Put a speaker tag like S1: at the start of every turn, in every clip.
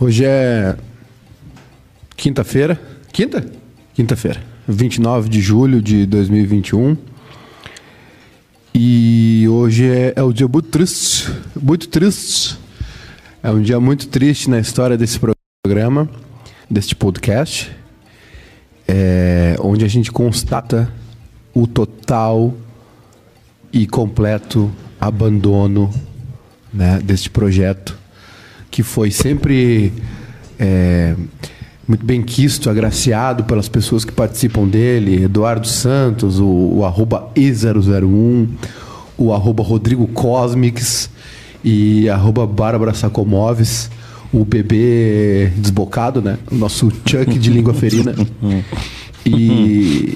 S1: Hoje é quinta-feira. Quinta? Quinta-feira. 29 de julho de 2021. E hoje é, é um dia muito triste. Muito triste. É um dia muito triste na história desse programa, deste podcast. é, onde a gente constata o total e completo abandono né, deste projeto, que foi sempre é, muito bem quisto, agraciado pelas pessoas que participam dele, Eduardo Santos, o, o arroba E001, o arroba Rodrigo Cosmics e arroba Bárbara Sacomoves, o bebê desbocado, né? O nosso Chuck de língua ferina. E,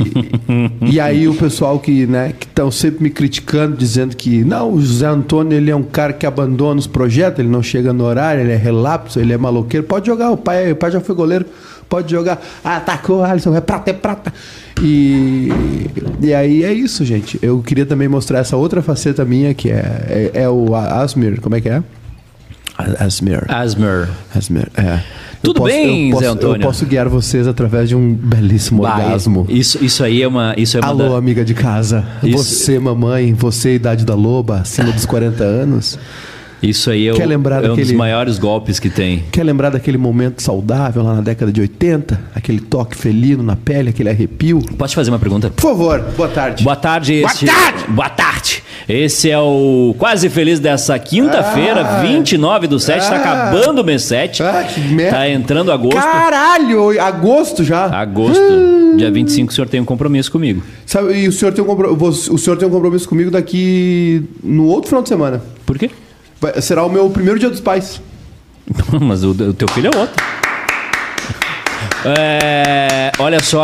S1: e aí o pessoal que né, estão sempre me criticando, dizendo que não, o José Antônio ele é um cara que abandona os projetos, ele não chega no horário, ele é relapso, ele é maloqueiro. Pode jogar, o pai, o pai já foi goleiro, pode jogar. Ah, atacou, Alisson, é prata, é prata. E, e aí é isso, gente. Eu queria também mostrar essa outra faceta minha, que é, é, é o Asmir, como é que é? Asmir.
S2: Asmer.
S1: Asmer, é.
S2: Tudo bem,
S1: eu posso,
S2: Zé Antônio?
S1: Eu posso guiar vocês através de um belíssimo
S2: Bah,
S1: orgasmo.
S2: Isso, isso aí é uma. Isso é uma
S1: Alô,
S2: da-
S1: amiga de casa.
S2: Isso.
S1: Você, mamãe, você, idade da loba, acima dos 40 anos.
S2: isso aí é,
S1: Quer
S2: o-
S1: lembrar
S2: é um dos
S1: daquele-
S2: maiores golpes que tem.
S1: Quer lembrar daquele momento saudável lá na década de 80? Aquele toque felino na pele, aquele arrepio?
S2: Posso te fazer uma pergunta?
S1: Por favor, boa tarde.
S2: Boa tarde, esse...
S1: Boa tarde!
S2: Boa tarde! Esse é o Quase Feliz dessa quinta-feira,
S1: Ah.
S2: 29 do 7. Tá
S1: Ah.
S2: acabando o mês 7.
S1: Ah, que merda.
S2: Tá entrando agosto.
S1: Caralho, agosto já.
S2: Ah.
S1: Hum!
S2: Agosto. Dia 25, o senhor tem um compromisso comigo.
S1: Sabe, e o senhor, tem um compro- você- o senhor tem um compromisso comigo daqui no outro final de semana.
S2: Por quê?
S1: Vai- será o meu primeiro dia dos pais.
S2: Mas o, o teu filho é outro. É, olha só.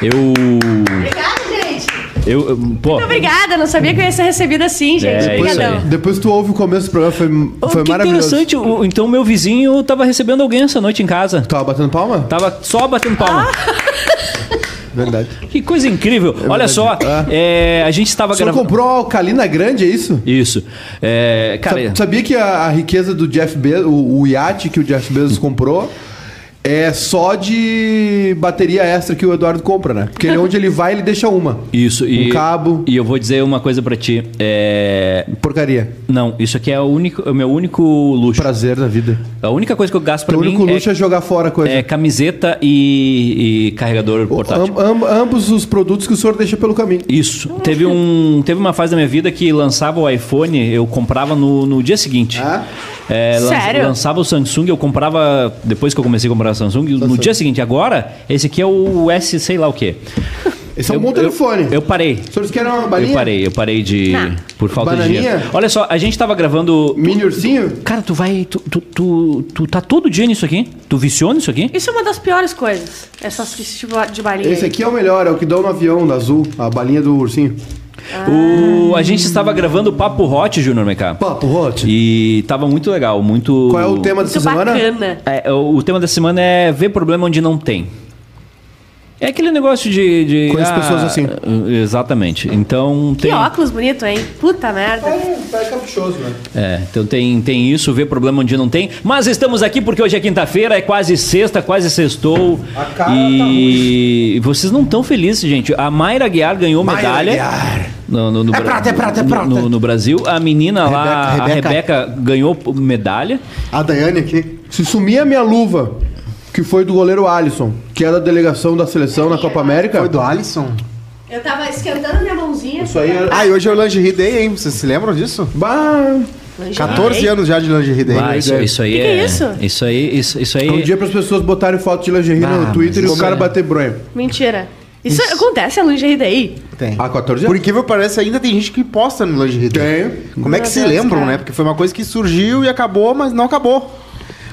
S2: Eu.
S3: Obrigada, gente.
S2: Eu, eu- pô,
S3: Obrigada, não sabia que eu ia ser recebida assim, gente.
S2: É, isso
S3: Obrigadão.
S2: aí.
S1: Depois tu ouve o começo do programa, foi,
S2: Oh,
S1: foi
S2: que
S1: maravilhoso.
S2: interessante. o- Então, meu vizinho tava recebendo alguém essa noite em casa.
S1: Tava batendo palma?
S2: Tava só batendo palma.
S1: Ah! Verdade.
S2: Que coisa incrível. Olha só,
S1: Ah.
S2: é, a gente estava
S1: O senhor
S2: gravando.
S1: comprou a Alcalina Grande, é isso?
S2: Isso. É, cara,
S1: Sa- Sabia que a, a riqueza do Jeff Bezos, o, o iate que o Jeff Bezos comprou, é só de bateria extra que o Eduardo compra, né? Porque ele, onde ele vai, ele deixa uma.
S2: isso.
S1: Um
S2: E,
S1: cabo.
S2: E eu vou dizer uma coisa pra ti. É,
S1: Porcaria.
S2: não, isso aqui é o, único, é o meu único luxo.
S1: Prazer na vida.
S2: A única coisa que eu gasto pra
S1: o
S2: mim
S1: único luxo é,
S2: é,
S1: jogar fora a coisa.
S2: é camiseta e, e carregador portátil.
S1: Am- am- ambos os produtos que o senhor deixa pelo caminho.
S2: Isso. Teve, um, teve uma fase da minha vida que lançava o iPhone, eu comprava no, no dia seguinte.
S1: Ah.
S2: É, lan-
S3: Sério?
S2: Lançava o Samsung, eu comprava. Depois que eu comecei a comprar o Samsung, no dia seguinte. Agora, esse aqui é o S, sei lá o quê.
S1: Esse é um
S2: Eu-
S1: bom
S2: eu-
S1: telefone.
S2: Eu parei.
S1: Os senhores querem uma balinha?
S2: Eu parei, eu parei de.
S3: Não.
S2: Por falta
S1: Bananinha?
S2: de dinheiro. Olha só, a gente tava gravando.
S1: Mini ursinho?
S2: Cara, tu vai. Tu, tu, tu, tu tá todo dia nisso aqui? Tu viciou nisso aqui?
S3: Isso é uma das piores coisas. Essas tipo de balinha.
S1: Esse aqui é o melhor, é o que dá no avião, da azul, a balinha do ursinho.
S2: O, a gente estava gravando o Papo Hot, Junior MK.
S1: Papo hot.
S2: E tava muito legal, muito.
S1: Qual é o tema dessa
S3: Muito
S1: semana?
S3: bacana.
S2: É, o o tema da semana é ver problema onde não tem. É aquele negócio de. de ah, uh,
S1: Conheço pessoas assim.
S2: Exatamente. Então
S3: Que
S2: tem.
S3: óculos bonito, hein? Puta merda.
S1: Tá é caprichoso, né?
S2: É, então tem, tem isso, ver problema onde não tem. Mas estamos aqui porque hoje é quinta-feira, é quase sexta, quase sextou.
S1: A cara tá
S2: e vocês não estão felizes, gente. A Mayra Guiar ganhou
S1: Mayra
S2: medalha.
S1: Aguiar.
S2: No, no, no
S1: É
S2: Bra-
S1: prata, é prata, é
S2: no-
S1: prata.
S2: No, no Brasil, a menina lá,
S1: Rebeca, Rebeca.
S2: a Rebeca, ganhou medalha.
S1: A Daiane aqui. Se sumir a minha luva, que foi do goleiro Alisson, que é da delegação da seleção na Copa América.
S4: Foi do Alisson?
S3: Eu tava esquentando minha mãozinha.
S1: Isso aí era.
S4: Ah, e hoje é o Lingerie Day, hein? Vocês se lembram disso?
S1: Bah,
S4: 14 anos já de né? Lingerie Day.
S2: Ah, isso, isso aí
S3: Que que
S2: é,
S3: é isso?
S2: Isso aí, isso, isso aí.
S1: é um dia para as pessoas botarem foto de lingerie
S2: Ah,
S1: no Twitter e
S2: mas
S1: o
S2: isso
S1: cara
S2: é-
S1: bater bronha.
S3: Mentira. Isso, acontece a lingerie daí?
S4: Tem.
S1: Há 14
S4: Por
S1: Ah, anos?
S4: incrível que pareça, ainda tem gente que posta no Lingerie Day.
S1: Tem.
S4: Como é que
S3: Meu
S4: se
S3: Deus,
S4: lembram,
S3: cara.
S4: né? Porque foi uma coisa que surgiu e acabou, mas não acabou.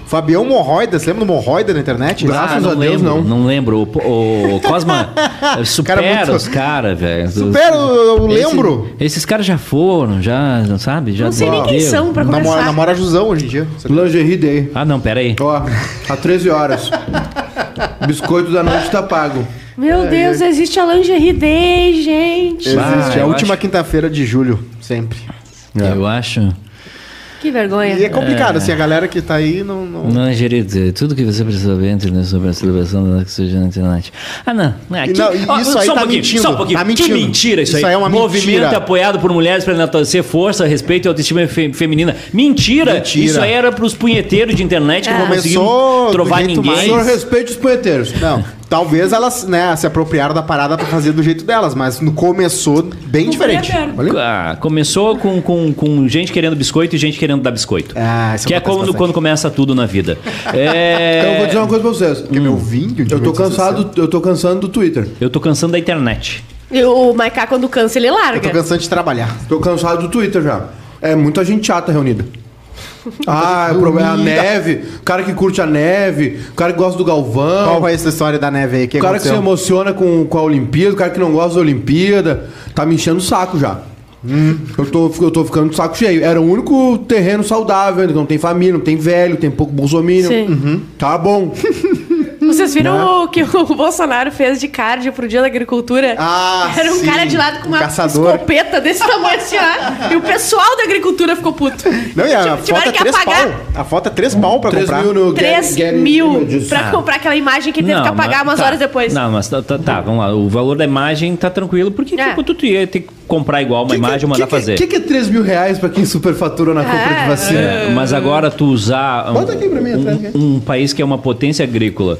S4: Fabião Morroida, você lembra do Morroida na internet?
S1: Gra- graças
S2: Ah, não
S1: a Deus,
S2: lembro,
S1: não.
S2: Não lembro. O, o Cosma, supera
S4: Cara, muito-
S2: os caras, velho.
S4: Supera, eu- eu
S2: Esse-
S4: lembro.
S2: esses caras já foram, já, não sabe? Já
S3: Não sei nem quem
S2: deu.
S3: são pra
S4: Namora,
S3: começar.
S4: namora Jusão hoje em dia.
S1: Lingerie Day.
S2: Ah, não, pera aí.
S1: Ó, há 13 horas. Biscoito da noite tá pago.
S3: Meu Deus, existe a lingerie day, gente.
S4: Existe. É
S2: eu
S4: a
S2: acho-
S4: última É. quinta-feira de julho, sempre.
S2: Eu acho.
S3: Que vergonha.
S4: E é complicado, assim, a galera que tá aí não. não-
S2: Não, querido, tudo que você precisa saber entre né, sobre a celebração da que surgiu na internet. Ah, não. não, aqui-
S4: não, e
S2: ó,
S4: isso aí
S2: só um
S4: tá
S2: pouquinho,
S4: mentindo,
S2: Só um pouquinho.
S4: tá mentindo.
S2: Que mentira isso,
S4: Isso
S2: aí.
S4: aí é uma
S2: Movimento
S4: mentira.
S2: apoiado por mulheres para enaltecer força, respeito e autoestima fe- feminina. Mentira.
S4: Mentira.
S2: Isso aí era pros punheteiros de internet que não
S4: Começou
S2: conseguiam
S4: do
S2: trovar
S4: jeito
S1: O
S2: ninguém.
S4: mais-
S1: senhor respeite os punheteiros.
S4: Não, talvez elas né, se apropriaram da parada pra fazer do jeito delas, mas no- começou bem diferente.
S3: aberto.
S4: Olha-
S2: Ah, começou com, com, com gente querendo biscoito e gente querendo dar biscoito.
S4: Ah, isso
S2: que é
S4: acontece
S2: quando,
S4: bastante.
S2: quando começa tudo na vida.
S1: Então
S2: É...
S1: eu vou dizer uma coisa pra vocês.
S4: Quer meu vinho? de
S1: Eu tô
S4: 1860?
S1: cansado, eu tô cansando do Twitter.
S2: Eu tô cansando da internet.
S3: E o Maiká, quando cansa, ele
S4: Eu
S3: larga.
S4: tô cansado de trabalhar.
S1: Tô cansado do Twitter já. É muita gente chata reunida. Ah, o problema é a neve, o cara que curte a neve, o cara que gosta do Galvão,
S4: Qual foi essa história da neve aí? O que
S1: o cara que se
S4: aconteceu?
S1: emociona com, com a Olimpíada, o cara que não gosta da Olimpíada, tá me enchendo o saco já.
S4: Hum.
S1: Eu, tô, eu tô ficando de saco cheio. Era o único terreno saudável, ainda não tem família, não tem velho, tem pouco bolsominion.
S3: Sim.
S4: Uhum.
S1: Tá bom.
S3: Vocês
S4: Né?
S3: viram o que o Bolsonaro fez de cardio pro Dia da Agricultura?
S4: Ah,
S3: Era um
S4: sim,
S3: cara de lado com
S4: um
S3: uma
S4: caçador.
S3: escopeta desse tamanho assim, ó. E o pessoal da agricultura ficou puto.
S4: Não, e a
S3: Tive-
S4: foto é três pau. A foto é três pau pra
S1: 3
S4: comprar.
S1: mil no
S3: 3
S1: Getty- Getty
S3: mil
S1: Images.
S3: pra
S4: Ah.
S3: comprar aquela imagem que ele teve que
S2: mas-
S3: apagar umas
S2: tá.
S3: horas depois.
S2: Não, mas tá, tá, tá, vamos lá. O valor da imagem tá tranquilo, porque
S3: É.
S2: tipo, tu, tu ia ter que comprar igual uma imagem e mandar fazer.
S1: O que, que é 3 mil reais pra quem superfatura na compra de
S3: Ah.
S1: vacina?
S2: É, mas agora tu usar um,
S1: Bota aqui pra mim
S2: um-
S1: atrás, né? aqui.
S2: um país que é uma potência agrícola.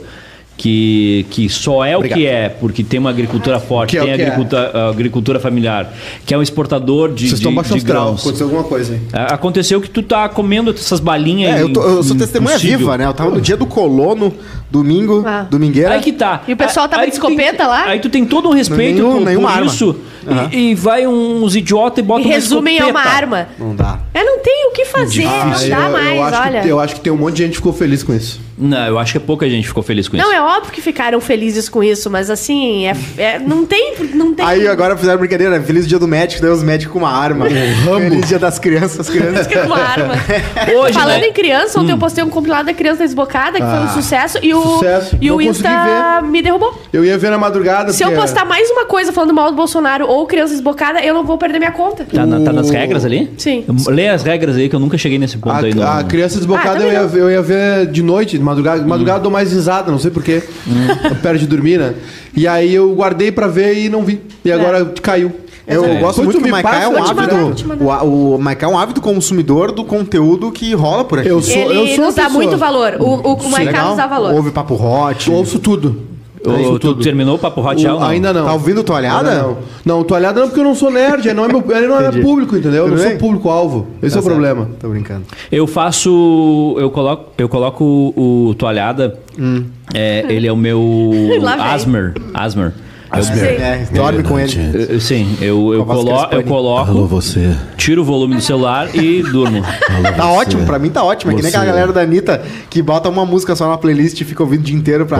S2: Que, que só é
S1: Obrigado.
S2: o que é, porque tem uma agricultura forte,
S1: Que é o
S2: tem
S1: que é.
S2: agricultura, agricultura familiar, que é um exportador de,
S1: Vocês estão
S2: de,
S1: baixando os
S2: de
S1: graus.
S2: grãos.
S1: Aconteceu alguma coisa aí.
S2: A- É, Aconteceu que tu tá comendo essas balinhas.
S4: É, eu, tô- eu sou
S2: im-
S4: testemunha
S2: impossível.
S4: viva, né? Eu tava no dia do colono, domingo,
S3: Ah.
S4: domingueira.
S2: Aí que tá.
S3: E o pessoal tava
S2: Aí
S3: de
S2: tu tem-
S3: escopeta lá?
S2: Aí tu tem todo um respeito
S4: Nenhum-
S2: por,
S4: nenhuma
S2: por
S4: arma.
S2: isso.
S4: Aham.
S2: E, e vai um, uns idiotas e
S3: E
S2: bota uma
S3: resumem é
S2: escopeta.
S3: uma arma.
S4: Não dá.
S3: Eu não tenho o que fazer,
S4: Ah,
S3: não
S1: Ah, eu,
S3: dá
S1: eu
S3: mais,
S1: acho
S3: olha.
S1: Que, eu acho que tem um monte de gente que ficou feliz com isso.
S2: Não, eu acho que pouca gente ficou feliz com
S3: Não,
S2: isso.
S3: é óbvio que ficaram felizes com isso, mas assim, é, é- não tem. Não tem
S4: Aí agora fizeram brincadeira, né? feliz dia do médico, daí os médicos com uma arma. Feliz dia das crianças, as crianças.
S3: que é uma arma.
S2: Hoje,
S3: Falando
S2: né?
S3: em criança, ontem eu
S1: Hum.
S3: postei um compilado da criança desbocada, que foi um sucesso, e
S1: Ah,
S3: o,
S1: sucesso.
S3: E
S1: Não
S3: o Insta
S1: consegui é
S3: me derrubou.
S1: Eu ia ver na madrugada.
S3: Se eu
S1: porque-
S3: postar mais uma coisa falando mal do Bolsonaro ou criança desbocada, eu não vou perder minha conta.
S2: Tá, na- tá nas regras ali?
S3: um- Sim.
S2: Lê as regras aí que eu nunca cheguei nesse ponto aí. Não.
S1: A, a criança
S3: Ah,
S1: desbocada eu,
S3: também
S1: ia,
S3: não.
S1: eu ia ver de noite, de madrugada. De madrugada eu dou mais risada, não sei porquê. Eu perto de dormir, né? E aí eu guardei pra ver e não vi.
S3: É.
S1: E agora caiu.
S4: Eu
S1: É.
S4: gosto
S1: Quando
S4: muito
S1: tu
S4: que o Maiká é um
S1: passa-
S3: te mandar, vou te
S4: ávido.
S3: mandar.
S4: O, a- o Maiká é um ávido consumidor do conteúdo que rola por aqui.
S1: Eu sou, eu
S3: Ele
S1: sou uma
S3: nos dá
S1: pessoa.
S3: muito valor. O, o, o Maiká
S4: Legal?
S3: nos dá valor.
S4: Ouve papo hot. Tá
S1: Eu ouço tudo. Eu
S2: Ô,
S1: ouço
S2: tu terminou o papo hot já ou
S1: O-
S2: não?
S1: Ainda não.
S4: Tá ouvindo toalhada?
S1: Ainda Não, não toalhada não, porque eu não sou nerd. Ele não é, meu, ele não é
S4: Entendi.
S1: público, entendeu? Eu não
S4: Tudo
S1: sou
S4: bem?
S1: público-alvo. Esse
S4: Tá
S1: é o
S4: certo.
S1: problema.
S4: Tô brincando.
S2: Eu faço. Eu coloco, eu coloco o, o toalhada.
S4: Hum.
S2: É, ele é o meu.
S3: Lá vem.
S2: Asmer. Asmer.
S3: Asmer. Sim.
S4: É, dorme com ele.
S2: Eu- eu- Eh, sim, eu, eu,
S4: Com a voz
S2: colo-
S4: que
S2: eu
S4: eles põem.
S2: coloco,
S1: você.
S2: tiro o volume do celular e durmo.
S4: Tá ótimo, pra mim tá ótimo. É que nem
S1: Você-
S4: aquela galera da Anitta que bota uma música só na playlist e fica ouvindo o dia inteiro pra,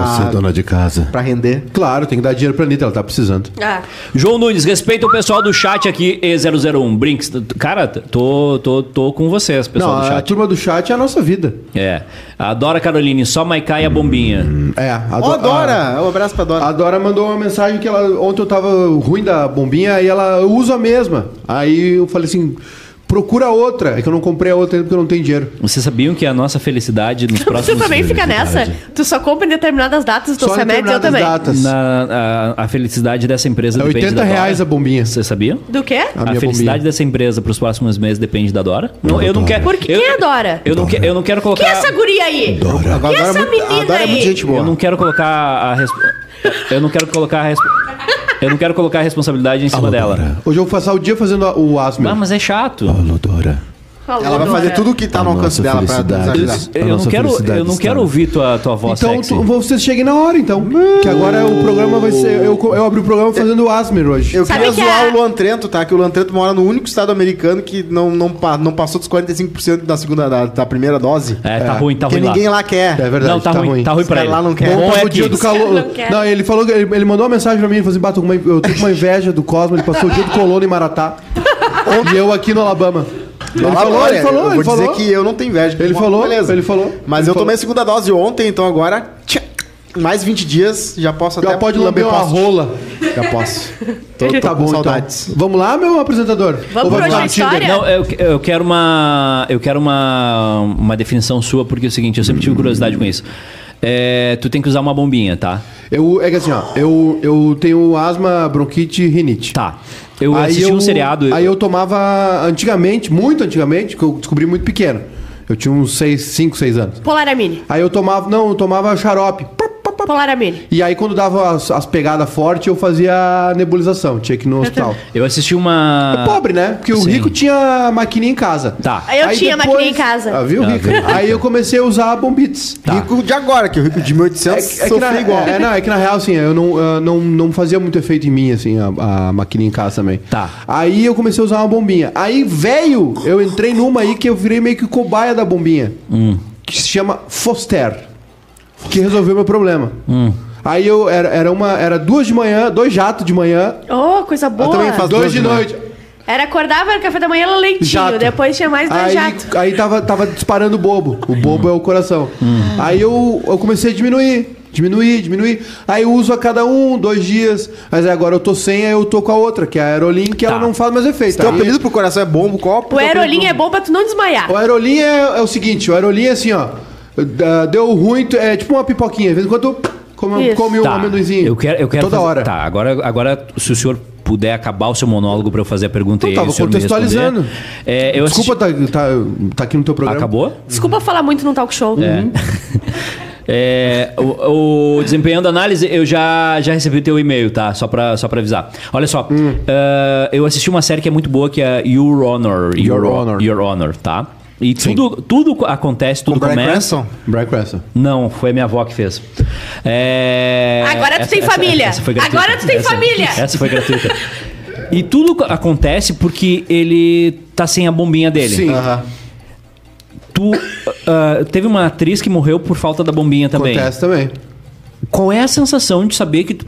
S3: é
S1: de casa.
S4: pra render.
S1: Claro, tem que dar dinheiro pra Anitta, ela tá precisando.
S3: Ah,
S2: João Nunes, respeita o pessoal do chat aqui, E001. Brinks. t- t- Cara, t- tô, tô, tô com vocês, pessoal
S1: não,
S2: do
S1: a
S2: chat.
S1: turma do chat é a nossa vida.
S2: É. Adora Caroline, só Maiká e a bombinha.
S1: É, a
S4: Ó, Dora! Um abraço pra Dora.
S1: A Dora mandou uma mensagem que ela ontem eu tava ruim da bombinha e ela eu uso a mesma. Aí eu falei assim, procura outra. É que eu não comprei a outra ainda porque eu não tenho dinheiro.
S2: Vocês sabiam que a nossa felicidade nos
S3: tu
S2: próximos
S3: também fica nessa? Tu só compra em determinadas datas dos
S4: Então
S3: teus
S1: Só em
S3: remédios, eu
S1: determinadas
S3: também.
S1: datas.
S2: Na- a, a felicidade dessa empresa
S1: É 80 reais a
S2: Dora.
S1: bombinha.
S2: Você sabia?
S3: Do quê?
S1: A
S2: A,
S1: minha
S2: felicidade
S1: bombinha.
S2: dessa empresa para os próximos meses depende da Dora. Não, eu não quero.
S3: Por que
S2: eu,
S3: quem adora?
S2: Eu não, que- eu não quero colocar.
S3: Quem é essa guria aí?
S1: Dora.
S4: Agora,
S3: E
S4: a Dora
S3: essa
S4: é muito-
S3: menina
S4: a Dora é muito
S3: aí?
S4: gente boa.
S2: Eu não quero colocar a resp... Eu não quero colocar a resp... Eu não quero colocar a responsabilidade em cima dela.
S1: Hoje eu vou passar o dia fazendo a- o asma.
S2: Ah, mas é chato.
S5: Lodora.
S4: Ela vai fazer tudo o que tá no alcance
S5: nossa
S4: dela pra nos
S5: felicidade.
S4: ajudar.
S5: A
S2: Eu não
S5: nossa
S2: quero,
S5: felicidade
S2: eu não
S5: está-
S2: quero ouvir tua, tua voz
S1: Então
S2: sexy.
S1: tu- vocês cheguem na hora, então. Que agora o programa vai ser. Eu, co- eu abri o programa fazendo o Asmer hoje.
S4: Eu
S3: Sabe
S4: queria
S3: que
S4: zoar
S3: a-
S4: o Luan Trento, tá? Que o Luan Trento mora no único estado americano que não, não, pa- não passou dos 45% da, segunda, da, da primeira dose.
S2: É, tá ruim, tá
S4: Porque
S2: ruim lá.
S4: ninguém lá, quer.
S1: É verdade,
S2: não, tá,
S1: tá
S2: ruim,
S1: ruim.
S2: tá ruim
S4: Os
S2: pra
S4: caras
S2: ele.
S4: lá não querem.
S2: Bom
S1: Bom,
S2: é
S1: o dia
S2: que
S1: do calor.
S3: Não quero.
S1: Não, ele falou que ele, ele mandou uma mensagem pra mim, ele falou assim: "Bah, tô com uma- eu tô com uma inveja do Cosmo, ele passou o dia do colono em Maratá. e eu aqui no Alabama. Ele
S4: Lá,
S1: falou,
S4: olha,
S1: ele falou,
S4: eu
S1: ele
S4: vou dizer
S1: falou.
S4: que eu não tenho inveja.
S1: Ele
S4: Bom,
S1: falou, ele falou.
S4: Mas
S1: Ele
S4: eu tomei
S1: falou.
S4: a segunda dose ontem, então agora. tchá. mais 20 dias, já posso
S1: Já
S4: até
S1: pode lamber uma
S4: postos.
S1: rola.
S4: Já posso. Tô, tô
S1: Tá
S4: com
S1: bom,
S4: saudades.
S1: então. Vamos lá, meu apresentador? Ou
S3: Vamos
S1: vai
S3: pra
S1: ficar
S3: hoje a
S1: no Tinder?
S3: história?
S2: Não, eu, eu quero uma. Eu quero uma, uma definição sua, porque é o seguinte, eu sempre tive curiosidade com isso. É, tu tem que usar uma bombinha, tá?
S1: Eu, é que assim, ó, eu, eu tenho asma, bronquite e rinite.
S2: Tá. Eu assisti um seriado.
S1: Aí eu tomava antigamente, muito antigamente, que eu descobri muito pequeno. Eu tinha uns 5, 6 anos.
S3: Polaramine.
S1: Aí eu tomava, não, eu tomava xarope. Pá, pá, pá.
S3: Polaramine.
S1: E aí quando dava as, as pegadas fortes, eu fazia nebulização, tinha que ir no hospital.
S2: eu assisti uma.
S1: Pobre, né? Porque o
S2: Sim.
S1: rico tinha maquininha em casa.
S2: Tá.
S3: Aí eu tinha maquininha em casa.
S1: Ah, viu,
S2: Ah,
S1: rico?
S2: viu?
S1: Aí eu comecei a usar bombites.
S2: Tá.
S4: Rico de agora, que o rico de
S1: É,
S4: 1800
S1: que- é que
S4: sofreu
S1: na,
S4: igual.
S1: é- é, não, é que na real, assim, eu não, ah, não, não fazia muito efeito em mim, assim, a, a maquininha em casa também.
S2: Tá.
S1: Aí eu comecei a usar uma bombinha. Aí, velho, eu entrei numa aí que eu virei meio que cobaia da bombinha.
S4: Hum.
S1: Que se chama Foster. Que resolveu meu problema.
S4: Hum.
S1: Aí eu era, era uma. Era duas de manhã, dois jatos de manhã,
S3: Oh, coisa boa.
S4: também faço- Às
S1: dois
S4: duas
S1: de
S4: de manhã.
S1: noite.
S3: Era acordava, era café da manhã, era leitinho.
S1: Jato.
S3: Depois tinha mais dois
S1: aí,
S3: jatos.
S1: Aí tava, tava disparando o bobo. O bobo é o coração. Aí eu, eu comecei a diminuir. Diminuir, diminuir. Aí eu uso a cada um, dois dias. Mas aí agora eu tô sem, aí eu tô com a outra, que é a Aerolin, que
S2: Tá.
S1: ela não faz mais efeito.
S4: Teu
S1: Aí-
S4: apelido pro coração é bombo, copo.
S3: O aerolinho é bom pra tu não desmaiar.
S1: O Aerolin é, é o seguinte, o Aerolin é assim, ó. dá- Deu ruim, tu- é tipo uma pipoquinha. De vez em quando tu come,
S3: Isso.
S1: come um
S2: Tá.
S1: amendoinzinho.
S2: Eu quero, eu quero
S1: Toda
S2: fazer-
S1: hora.
S2: Tá, agora, agora se o senhor puder acabar o seu monólogo pra eu fazer a pergunta
S1: Eu
S2: e aí
S1: tava
S2: o senhor me
S1: Então, tá, contextualizando.
S2: responder. É, eu
S1: Desculpa,
S2: assisti- Ah,
S1: tá, tá, tá aqui no teu programa.
S2: Acabou?
S3: Desculpa falar muito num talk show. Uhum.
S2: É. É, o, o desempenhando análise, eu já, já recebi o teu e-mail, tá? Só pra, só pra avisar. Olha só,
S1: Hum.
S2: eh, eu assisti uma série que é muito boa, que é Your Honor.
S1: Your Honor.
S2: Your Honor, tá? E tudo, tudo co- acontece, tudo
S4: Com
S1: é
S4: Bryan
S2: começa.
S4: é Cranston.
S1: Brian Cresson.
S2: Não, foi minha avó que fez. É,
S3: Agora tu tem família.
S2: gratuita.
S3: Agora tu tem
S2: Essa-
S3: família.
S2: Essa foi gratuita. E tudo co- acontece porque ele tá sem a bombinha dele.
S1: Sim.
S4: Aham.
S2: Tu ah, teve uma atriz que morreu por falta da bombinha também.
S1: Acontece também.
S2: Qual é a sensação de saber que tu-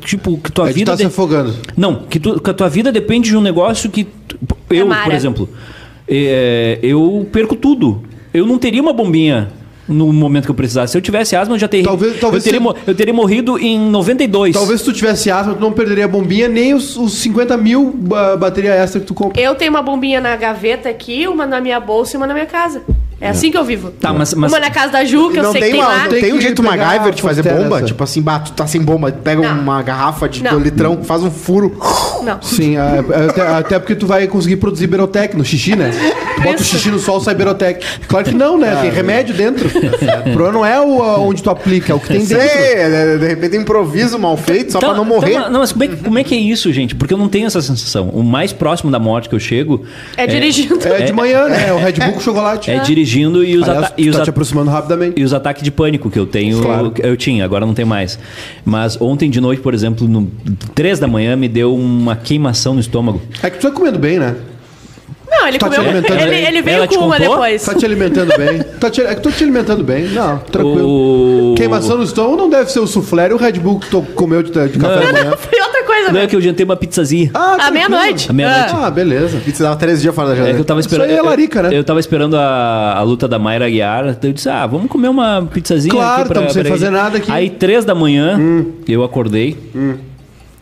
S2: tipo que tua
S1: Aí tu
S2: vida
S1: tá se
S2: de-
S1: afogando.
S2: não que, tu- que a tua vida depende de um negócio que tu- eu por
S3: Tamara.
S2: exemplo é, eu perco tudo eu não teria uma bombinha no momento que eu precisasse se eu tivesse asma eu já teria
S1: Talvez- talvez
S2: eu teria,
S1: se-
S2: mo- eu teria morrido em 92
S1: Talvez se tu tivesse asma, tu não perderia a bombinha, nem os, os 50 mil ba- bateria extra que tu compra.
S3: Eu tenho uma bombinha na gaveta aqui, uma na minha bolsa e uma na minha casa. É assim que eu vivo.
S2: Tá, mas- mas-
S3: Uma na casa da Ju, que eu
S4: Não
S3: sei
S4: tem,
S3: que tem
S4: uma-
S3: lá.
S4: não
S1: Tem
S4: tem um
S1: que
S4: jeito
S1: pegar
S4: MacGyver de
S1: a
S4: fazer
S1: fostera
S4: bomba?
S1: essa.
S4: Tipo assim, bah, tu tá sem bomba, pega
S3: Não.
S4: uma garrafa de
S3: Não.
S4: litrão, faz um furo.
S3: Não.
S1: Sim, a- a- até, até porque tu vai conseguir produzir Berotec no xixi, né? Tu bota o xixi no sol, sai Berotec. Claro que não, né? Tem
S2: é.
S1: remédio dentro.
S2: Tá
S1: O problema não é o, a- onde tu aplica, é o que tem
S4: Sei,
S1: dentro.
S4: é, de repente um improviso mal feito, só
S2: Então-
S4: pra não morrer.
S2: então, não, mas como é, que- como é que é isso, gente? Porque eu não tenho essa sensação. O mais próximo da morte que eu chego
S3: É dirigindo.
S1: É de manhã, né? O Red Bull com chocolate.
S2: é dirigindo e os,
S1: Aliás,
S2: ata-
S1: tu
S2: e os
S1: tá
S2: ata-
S1: te aproximando rapidamente.
S2: E os ataques de pânico que eu tenho,
S1: Claro.
S2: eu tinha, agora não tem mais. Mas ontem de noite, por exemplo, no 3 da manhã, me deu uma queimação no estômago.
S1: É que tu tá comendo bem, né?
S3: Não, ele
S1: Tá te
S3: comeu.
S1: alimentando
S3: Ele,
S2: bem?
S3: ele
S2: Ela
S3: veio
S2: te
S3: com uma
S2: contou?
S3: depois.
S1: Tá te alimentando bem. Tá te- é que tu tá te alimentando bem. Não, tranquilo.
S2: O-
S1: Queimação no estômago não deve ser o suflé e o Red Bull que tu comeu de, de café da manhã.
S3: Foi outra coisa,
S2: Não é
S3: velho.
S2: que eu jantei uma pizzazinha.
S1: né? Ah,
S3: À
S1: tranquilo.
S3: meia-noite.
S2: À meia-noite.
S1: Ah, beleza.
S4: E você tava três dias fora da
S2: É
S4: janela.
S2: que eu tava
S1: Isso
S2: esperando.
S1: aí é larica, né?
S2: Eu, eu tava esperando a, a luta da Mayra Aguiar. então Eu disse, ah, vamos comer uma pizzazinha.
S1: Claro,
S2: aqui pra-
S1: tamo sem
S2: pra-
S1: fazer nada aqui. Hum.
S2: Aí, três da manhã, eu acordei.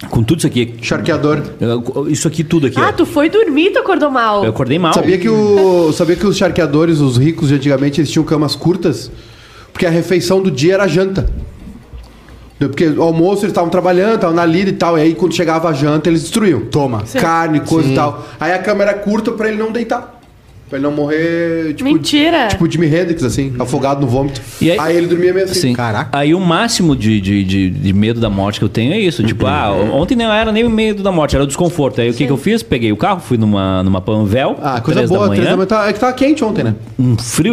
S2: Com tudo isso aqui.
S1: Charqueador.
S2: Eu- Isso aqui, tudo aqui.
S3: Ah,
S2: ó.
S3: tu foi dormir e tu acordou mal.
S2: Eu acordei mal.
S1: Sabia que, o, sabia que os charqueadores, os ricos de antigamente, eles tinham camas curtas? Porque a refeição do dia era a janta. Porque o almoço eles estavam trabalhando, estavam na lida e tal. E aí quando chegava a janta, eles destruíam. Toma. Carne, coisa e tal. Aí a cama era curta pra ele não deitar. Pra ele não morrer, tipo...
S3: Mentira.
S1: Tipo Jimi Hendrix, assim, afogado no vômito.
S2: E aí-
S1: aí... ele dormia meio assim.
S2: Sim.
S4: Caraca.
S2: Aí o máximo de, de, de, de medo da morte que eu tenho é isso. Tipo,
S1: Uhum.
S2: ah, ontem não era nem medo da morte, era o desconforto. Aí o que, que eu fiz? Peguei o carro, fui numa, numa Panvel.
S1: Ah, coisa
S2: três
S1: boa.
S2: Da
S1: três
S2: manhã,
S1: da manhã. Tá- É que tava quente ontem, né?
S2: Um frio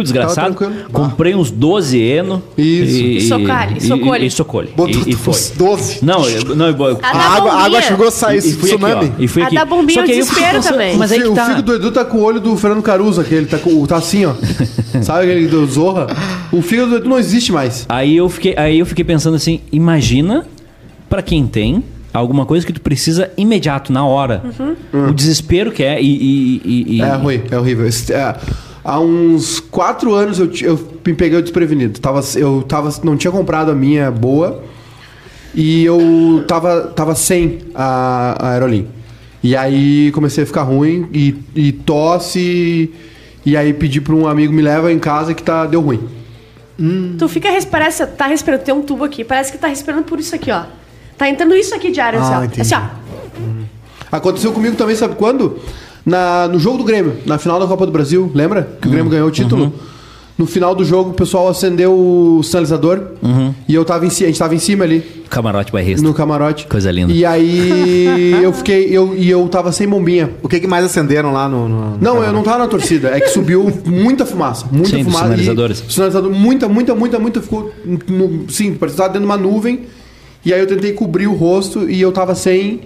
S1: Tava
S2: desgraçado.
S1: tranquilo.
S2: Comprei uns 12 eno.
S1: Isso.
S3: Socalhe,
S2: e-
S3: socolhe.
S2: E, e socolhe.
S4: Botou
S2: e, e foi.
S4: uns 12.
S2: Não, eu, não, eu,
S3: Ah,
S4: A
S3: da
S4: água, a água
S3: bombinha.
S4: chegou a sair,
S2: e fui
S4: tsunami.
S2: aqui, ó, e fui
S3: A
S2: aqui.
S3: da bombinha
S2: Só que
S3: eu
S2: aí eu fico
S3: desespero
S2: pensando,
S3: também.
S2: Mas aí
S1: o
S2: que
S1: fi-
S2: tá.
S1: o filho do Edu tá com o olho do Fernando Caruso, aquele tá, com, tá assim, ó. Sabe aquele do Zorra? O filho do Edu não existe mais.
S2: Aí eu fiquei, aí eu fiquei pensando assim, imagina pra quem tem alguma coisa que tu precisa imediato, na hora.
S3: Uhum.
S2: O desespero que é e... e- e- e-
S1: É ruim, é horrível. Esse- é, há uns quatro anos eu, ti- eu me peguei desprevenido. Tava, eu tava, não tinha comprado a minha boa e eu tava, tava sem a, a Aerolim. E aí comecei a ficar ruim e, e tosse. E aí pedi pra um amigo me leva em casa que tá, deu ruim.
S3: Tu fica res- parece, tá respirando, tem um tubo aqui, parece que tá respirando por isso aqui, ó. Tá entrando isso aqui de ar, assim,
S1: Ah,
S3: ó.
S1: entendi.
S3: Assim, ó.
S1: Aconteceu comigo também, sabe quando? Na, no jogo do Grêmio, na final da Copa do Brasil, lembra? Que o Grêmio
S2: Uhum.
S1: ganhou o título. No final do jogo, o pessoal acendeu o sinalizador
S2: Uhum.
S1: e eu tava em, ci- a gente tava em cima ali,
S2: Camarote bairrista.
S1: no camarote.
S2: Coisa linda.
S1: E aí eu fiquei, eu, e eu tava sem bombinha.
S4: O que, que mais acenderam lá no. no- no
S1: Não, eu
S4: carnaval?
S1: não tava na torcida, é que subiu muita fumaça, muita
S2: Sim, dos
S1: fumaça. e-
S2: sinalizadores.
S1: sinalizador, muita, muita, muita, muita, ficou, no, sim, parecia que tava dentro de uma nuvem. E aí eu tentei cobrir o rosto e eu tava sem,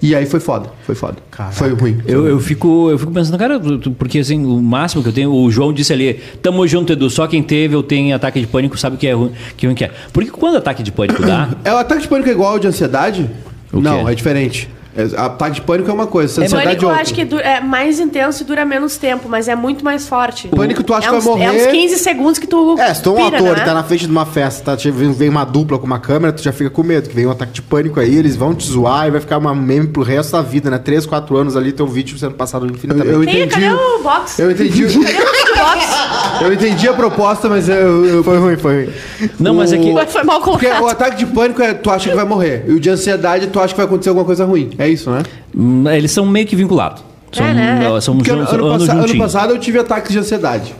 S1: e aí foi foda, foi foda. Foi ruim.
S2: Eu, eu, fico, eu fico pensando, cara, tu- tu- porque assim, o máximo que eu tenho, o João disse ali, tamo junto, Edu, só quem teve ou tem ataque de pânico sabe que é ruim, que ruim que é. Porque quando ataque de pânico dá,
S1: É, o ataque de pânico é igual ao de ansiedade?
S2: O
S1: não,
S2: quê?
S1: é diferente. É, ataque de pânico é uma coisa, ansiedade
S3: Pânico
S1: é
S3: eu
S1: outra.
S3: acho que du- é mais intenso e dura menos tempo, mas é muito mais forte.
S1: Pânico tu acha
S3: é
S1: que
S3: uns,
S1: vai morrer?
S3: É uns 15 segundos que tu.
S4: É, se tu é um
S3: pira,
S4: ator
S3: né?
S4: e tá na frente de uma festa, tá, tipo, vem vem uma dupla com uma câmera, tu já fica com medo, que vem um ataque de pânico aí, eles vão te zoar e vai ficar uma meme pro resto da vida, né? Três, quatro anos ali, teu vídeo sendo passado infinitamente.
S1: Eu- eu-
S3: Tem,
S1: entendi.
S3: cadê o box?
S1: Eu entendi,
S3: Cadê o box?
S1: eu entendi a proposta, mas eu... eu-
S4: Foi ruim, foi ruim.
S2: não, mas é que...
S3: Foi mal
S1: Porque
S3: colocado.
S1: o ataque de pânico é tu acha que vai morrer. E o de ansiedade tu acha que vai acontecer alguma coisa ruim. É isso, né?
S2: Hum, Eles são meio que vinculados. São,
S3: né?
S2: ó, são
S1: É, Porque
S2: jun-
S1: ano,
S2: são
S1: ano
S2: anos
S1: passa- ano
S2: juntinhos.
S1: passado eu tive ataques de ansiedade.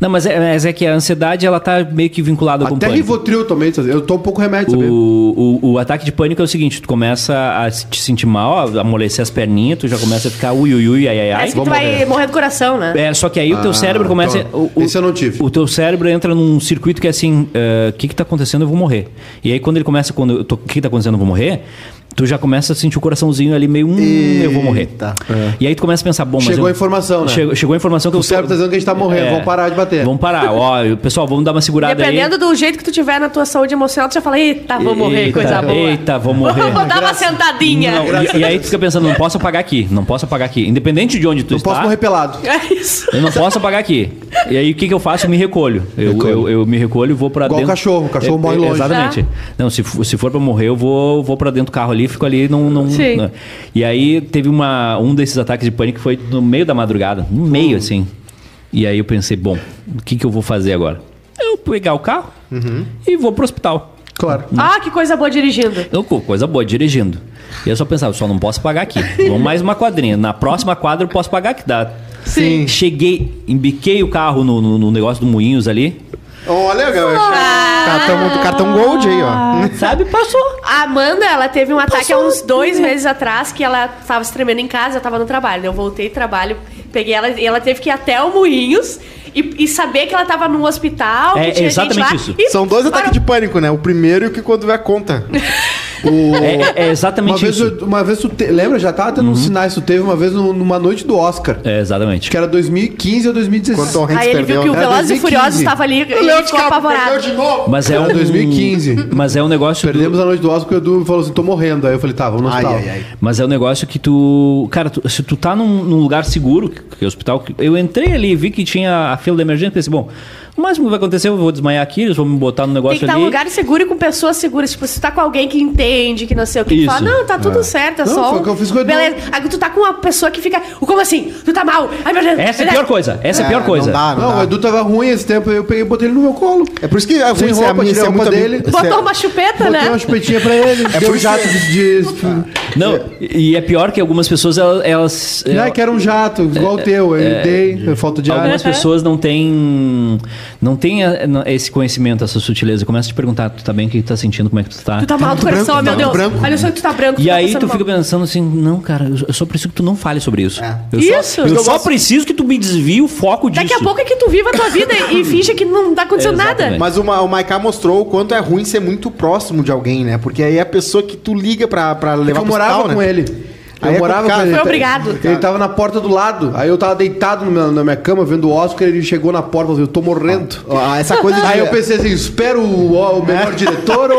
S2: Não, mas é, mas é que a ansiedade, ela tá meio que vinculada com o
S1: Até
S2: pânico.
S1: Rivotril né? também. Eu tomo pouco remédio, sabia?
S2: O, o, o ataque de pânico é o seguinte, tu começa a se- te sentir mal, a amolecer as perninhas, tu já começa a ficar ui, ui, ui, ai, ai,
S1: É,
S2: ai.
S3: Parece É que tu vai morrer. do coração, né?
S2: É, só que aí o teu
S1: Ah,
S2: cérebro começa.
S1: então,
S2: o, o-
S1: esse eu não tive.
S2: O teu cérebro entra num circuito que é assim: eh, o que, que tá acontecendo? Eu vou morrer. E aí, quando ele começa, quando eu tô- o que, que tá acontecendo? Eu vou morrer. Tu já começa a sentir o coraçãozinho ali meio, hum, eu vou morrer.
S4: Eita.
S2: E aí tu começa a pensar, bom, mas.
S1: Chegou
S2: eu-
S1: a informação, né?
S2: Chegou, chegou a informação que
S1: O
S2: eu É,
S1: cérebro tá dizendo que a gente tá morrendo, vamos parar de bater.
S2: Vamos parar, ó, pessoal, vamos dar uma segurada
S3: Dependendo
S2: aí.
S3: do jeito que tu tiver na tua saúde emocional, tu já fala, eita, vou morrer,
S2: Eita,
S3: coisa boa.
S2: eita, vou morrer.
S3: Vou dar uma sentadinha.
S2: Não, e, e aí tu fica pensando, não posso apagar aqui, não posso apagar aqui. Independente de onde tu
S1: eu
S2: está.
S1: posso morrer pelado.
S3: É isso.
S2: Eu não posso apagar aqui. E aí o que, que eu faço? Eu me recolho. Eu,
S1: Recolho.
S2: eu, eu me recolho e vou pra
S1: Igual
S2: dentro. É,
S1: o cachorro, o cachorro morre longe.
S2: Exatamente.
S3: Tá.
S2: Não, se, for- se for pra morrer, eu vou, vou pra dentro do carro ali, fico ali. Não, não,
S3: Sim.
S2: não. E aí teve uma, um desses ataques de pânico que foi no meio da madrugada. No meio, assim. E aí eu pensei, bom, o que, que eu vou fazer agora? Eu vou pegar o carro
S1: Uhum.
S2: e vou pro hospital.
S1: Claro.
S3: Ah, que coisa boa dirigindo.
S2: Eu, co- Então, coisa boa, dirigindo. E eu só pensava, só não posso pagar aqui. Vamos mais uma quadrinha. Na próxima quadra eu posso pagar que dá.
S3: Sim.
S2: Cheguei, embiquei o carro no, no- no negócio do Moinhos ali.
S4: Olha, galera. Cartão, cartão Gold aí, ó.
S2: Sabe, passou.
S3: A Amanda, ela teve um ataque há uns dois meses atrás que ela tava se tremendo em casa, eu tava no trabalho. né? Eu voltei do trabalho, peguei ela e ela teve que ir até o Moinhos e, e saber que ela tava no hospital.
S2: É,
S3: que tinha
S2: exatamente
S3: gente
S2: isso.
S3: lá, e
S4: São dois ataques de
S3: parou.
S4: pânico, né? O primeiro e o que quando vê a conta.
S2: É, é- é
S1: Uma
S2: exatamente
S1: vez,
S2: isso.
S1: eu- uma vez tu te- lembra? Já tava tendo uns sinais, tu teve uma vez no- numa noite do Oscar.
S2: É,
S1: Acho
S2: exatamente.
S1: que era 2015 ou 2016.
S4: Quando Tom Hanks
S3: Aí ele viu
S4: perdeu. né?
S3: que o
S1: Era
S3: Velozes e
S1: 2015.
S3: Furiosos estava ali e ele ficou apavorado.
S4: novo.
S2: Mas é
S1: Era
S2: um...
S1: 2015.
S2: Mas é um negócio... do-
S1: Perdemos a noite do Oscar porque o Edu falou assim, tô morrendo. Aí eu falei, tá, vamos no
S4: Ai,
S1: hospital.
S4: ai, ai.
S2: Mas é um negócio que tu. Cara, tu- se tu tá num, num lugar seguro, que que é o hospital. que- Eu entrei ali e vi que tinha a fila da emergência. Pensei, bom, o máximo que vai acontecer, eu vou desmaiar aqui, eles vão me botar no
S3: Tem
S2: negócio
S3: que estar em
S2: ali.
S3: um lugar seguro e com pessoas seguras. Tipo, se tu tá com alguém que entende, que não sei o que,
S2: Isso.
S3: que fala, não, tá tudo certo, é
S1: Não,
S3: só.
S1: foi
S3: um-
S1: o que eu fiz com o Edu.
S3: Beleza. Aí tu tá com uma pessoa que fica. Como assim? Tu tá mal. Ai, meu Deus.
S2: Essa é a pior coisa. Essa é a pior coisa.
S4: Não dá, não,
S1: Não,
S4: dá.
S1: o Edu tava ruim esse tempo, eu peguei e botei ele no meu colo.
S4: É por isso que é ruim
S1: Sem
S4: ser
S1: roupa,
S4: amigo,
S1: tirei
S4: ser
S1: a
S4: muito
S1: roupa
S4: amigo.
S1: dele.
S4: ser-
S3: Botou uma chupeta,
S1: Botei
S3: né?
S1: uma chupetinha pra ele. É
S4: por
S1: deu um
S4: isso
S1: jato
S4: que- é.
S1: de... de-
S2: Não, e é pior que algumas pessoas, elas. elas-
S1: Ah, que era um jato, igual o teu. Eu dei, é, falta de ar.
S2: Algumas pessoas não têm não têm eh, não- esse conhecimento, essa sutileza. Começa a te perguntar, tu tá bem, o que tu tá sentindo, como é que tu tá?
S3: Tu tá mal do coração,
S4: branco,
S3: meu
S4: tá
S3: Deus.
S4: branco.
S3: Olha só que tu tá branco.
S2: E
S3: tá
S2: aí
S3: passando
S2: tu
S3: mal.
S2: fica pensando assim, não, cara, eu eu só preciso que tu não fale sobre isso.
S1: É.
S2: Eu
S3: Isso?
S2: Só, eu
S3: Eu
S2: só
S4: gosto-
S2: preciso que tu me desvie o foco disso.
S3: Daqui a pouco é que tu viva a tua vida e finge que não tá acontecendo nada.
S2: Exatamente.
S4: Mas uma, o Maiká mostrou o quanto é ruim ser muito próximo de alguém, né? Porque aí é a pessoa que tu liga pra, pra levar
S1: Eu
S4: pro
S1: morava
S4: hospital,
S1: com
S4: né?
S1: ele. Eu
S4: Aí é
S1: morava
S4: complicado.
S1: com ele.
S3: Foi obrigado.
S1: Ele tava na porta do lado. Aí eu tava deitado no meu- na minha cama vendo o Oscar. Ele chegou na porta e falou: assim, Eu tô morrendo.
S4: Ah, essa coisa de...
S1: Aí eu pensei assim: Espero o, o melhor
S4: É.
S1: diretor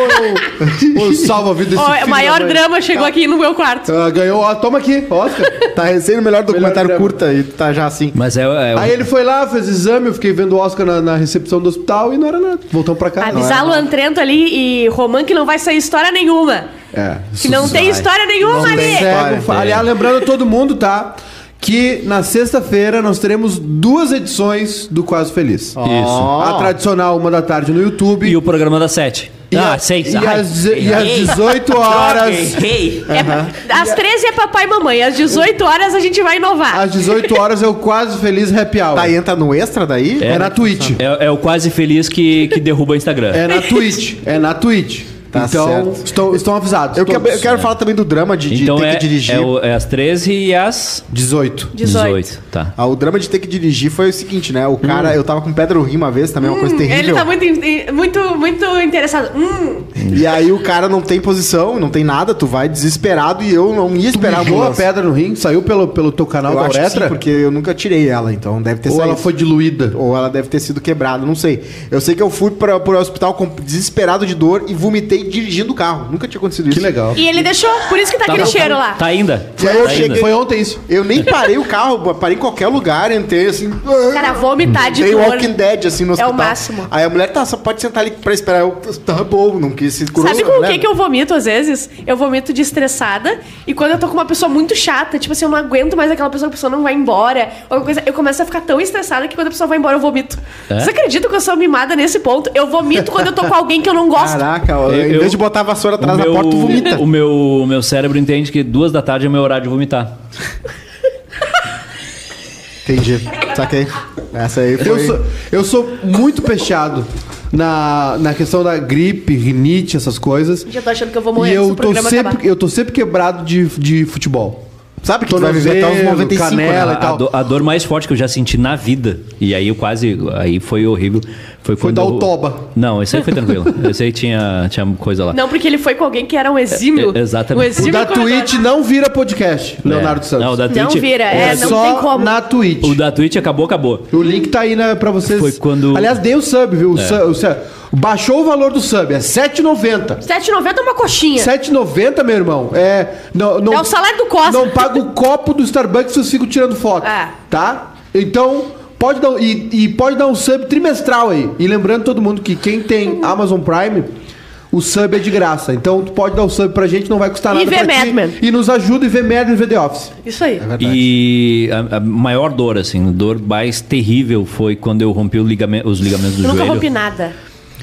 S1: ou, ou salva a vida desse
S3: Ó, é
S1: filho
S3: o maior
S1: da mãe?
S3: drama chegou aqui no meu quarto.
S1: Ah, ganhou, ó, toma aqui, Oscar.
S4: Tá recém o melhor documentário
S1: drama.
S4: curta e tu tá já assim.
S2: Mas é, é
S1: Aí ele foi lá, fez exame, eu fiquei vendo o Oscar na, na recepção do hospital e não era nada. Voltamos pra casa.
S3: Avisar Luan Trento ali e Roman que não vai sair história nenhuma.
S1: É.
S3: Que não tem história nenhuma ali.
S1: Cego, fa-
S4: é.
S1: aliás, lembrando todo mundo, tá? Que na sexta-feira nós teremos duas edições do Quase Feliz.
S2: isso.
S1: A tradicional, uma da tarde no YouTube.
S2: E o programa das sete.
S1: E
S2: ah,
S1: a-
S2: seis.
S1: e
S2: Ai,
S1: às deze- e às
S2: errei.
S1: 18 horas.
S2: Errei.
S3: É pra- Às 13 é papai e mamãe, às 18 horas a gente vai inovar.
S1: Às 18 horas é o Quase Feliz Happy Hour.
S4: Tá, aí entra no extra daí?
S1: É na Twitch.
S2: É, é o quase feliz que, que derruba o Instagram.
S1: É na Twitch. É na Twitch.
S4: Tá
S1: então,
S4: certo.
S1: estão, estão avisados.
S4: Eu, que- eu
S1: todos.
S4: quero falar também do drama de, de
S2: né? Então
S4: ter
S2: é,
S4: que dirigir.
S2: é, o- é às 13 e às
S1: 18.
S3: 18.
S2: 18. Tá.
S4: Ah, o drama de ter que dirigir foi o seguinte, né? O cara, eu tava com pedra no rim uma vez também, é uma coisa terrível.
S3: Hum. Ele tá muito, in- muito, muito interessado. Hum,
S4: E aí o cara não tem posição, não tem nada, tu vai desesperado e eu não ia esperar
S1: Mijou a
S4: ambulância.
S1: pedra no rim, saiu pelo, pelo teu canal
S4: Eu
S1: da
S4: acho que sim,
S1: uretra?
S4: porque eu nunca tirei ela, então deve ter
S1: Ou
S4: saído.
S1: ela foi diluída?
S4: Ou ela deve ter sido quebrada, não sei. Eu sei que eu fui para o hospital com- desesperado de dor e vomitei dirigindo o carro. Nunca tinha acontecido isso.
S1: Que legal.
S3: E ele deixou, por isso que tá,
S2: Tá,
S3: aquele
S2: tá-
S3: cheiro lá.
S2: Tá ainda?
S4: E aí eu
S2: Tá
S4: cheguei-
S1: Foi ontem isso.
S4: Eu nem parei o carro, parei em qualquer lugar, entrei assim.
S3: Cara, vomitar de
S4: Tem
S3: dor.
S4: Walking Dead, assim, no hospital.
S3: máximo.
S4: Aí a mulher, tá, só pode sentar ali pra esperar. Eu, tá bom, não quis se curou,
S3: Sabe com o
S4: né?
S3: que, que eu vomito às vezes? Eu vomito de estressada. E quando eu tô com uma pessoa muito chata, tipo assim, eu não aguento mais aquela pessoa, a pessoa não vai embora. Ou alguma coisa, eu começo a ficar tão estressada que quando a pessoa vai embora eu vomito.
S2: É?
S3: Vocês acreditam que eu sou mimada nesse ponto? Eu vomito quando eu tô com alguém que eu não gosto.
S4: Caraca, ó,
S2: Eu-
S4: em
S2: eu-
S4: vez de botar a vassoura
S2: O
S4: atrás
S2: meu-
S4: da porta, tu vomita.
S2: O meu, o meu cérebro entende que duas da tarde é o meu horário de vomitar.
S4: Entendi. Saquei. Essa aí foi.
S1: Eu sou, eu sou muito fechado na, na questão da gripe, rinite, essas coisas.
S3: Já tô achando que eu vou morrer
S1: e
S3: se
S1: eu
S3: o
S1: tô,
S3: programa acabar.
S1: sempre, eu tô sempre quebrado de, de futebol.
S4: Sabe que tu vai viver até os
S1: Tornozelo,
S4: 95,
S1: canela
S4: né?
S1: e tal.
S2: A, do- a dor mais forte que eu já senti na vida. E aí eu quase. Aí foi horrível. Foi, quando
S1: dar
S2: eu-
S1: o toba.
S2: Não, esse aí foi tranquilo. esse aí tinha, tinha coisa lá.
S3: Não, porque ele foi com alguém que era um exímio.
S2: É, é, exatamente.
S1: O
S3: Um exímio
S1: da
S3: corredor.
S1: Twitch não vira podcast, Leonardo
S2: É.
S1: Santos.
S2: Não, o da Twitch.
S3: Não vira, é,
S1: É
S3: não
S1: só
S3: tem como.
S1: na Twitch.
S2: O da Twitch acabou, acabou.
S1: O link tá aí né, pra vocês.
S2: Foi quando- É.
S1: Aliás, dei o sub, viu? O sub- o sub- Baixou o valor do sub, é R$ 7,90.
S3: 7,90 é uma coxinha.
S1: 7,90, meu irmão. É, não, não,
S3: É o salário do Costa.
S1: Não pago o copo do Starbucks se eu fico tirando foto.
S3: É.
S1: Tá? Então, pode dar, um- e, e pode dar um sub trimestral aí. E lembrando todo mundo que quem tem Amazon Prime, o sub é de graça. Então, tu pode dar o sub pra gente, não vai custar
S3: E
S1: nada
S3: ver
S1: pra ti.
S3: Mad Men.
S1: E nos ajuda e ver Mad Men e ver The Office.
S3: Isso aí.
S1: é
S2: E a, a maior dor, assim, a dor mais terrível foi quando eu rompi o ligamen- os ligamentos do
S3: Eu
S2: joelho.
S3: nunca rompi nada.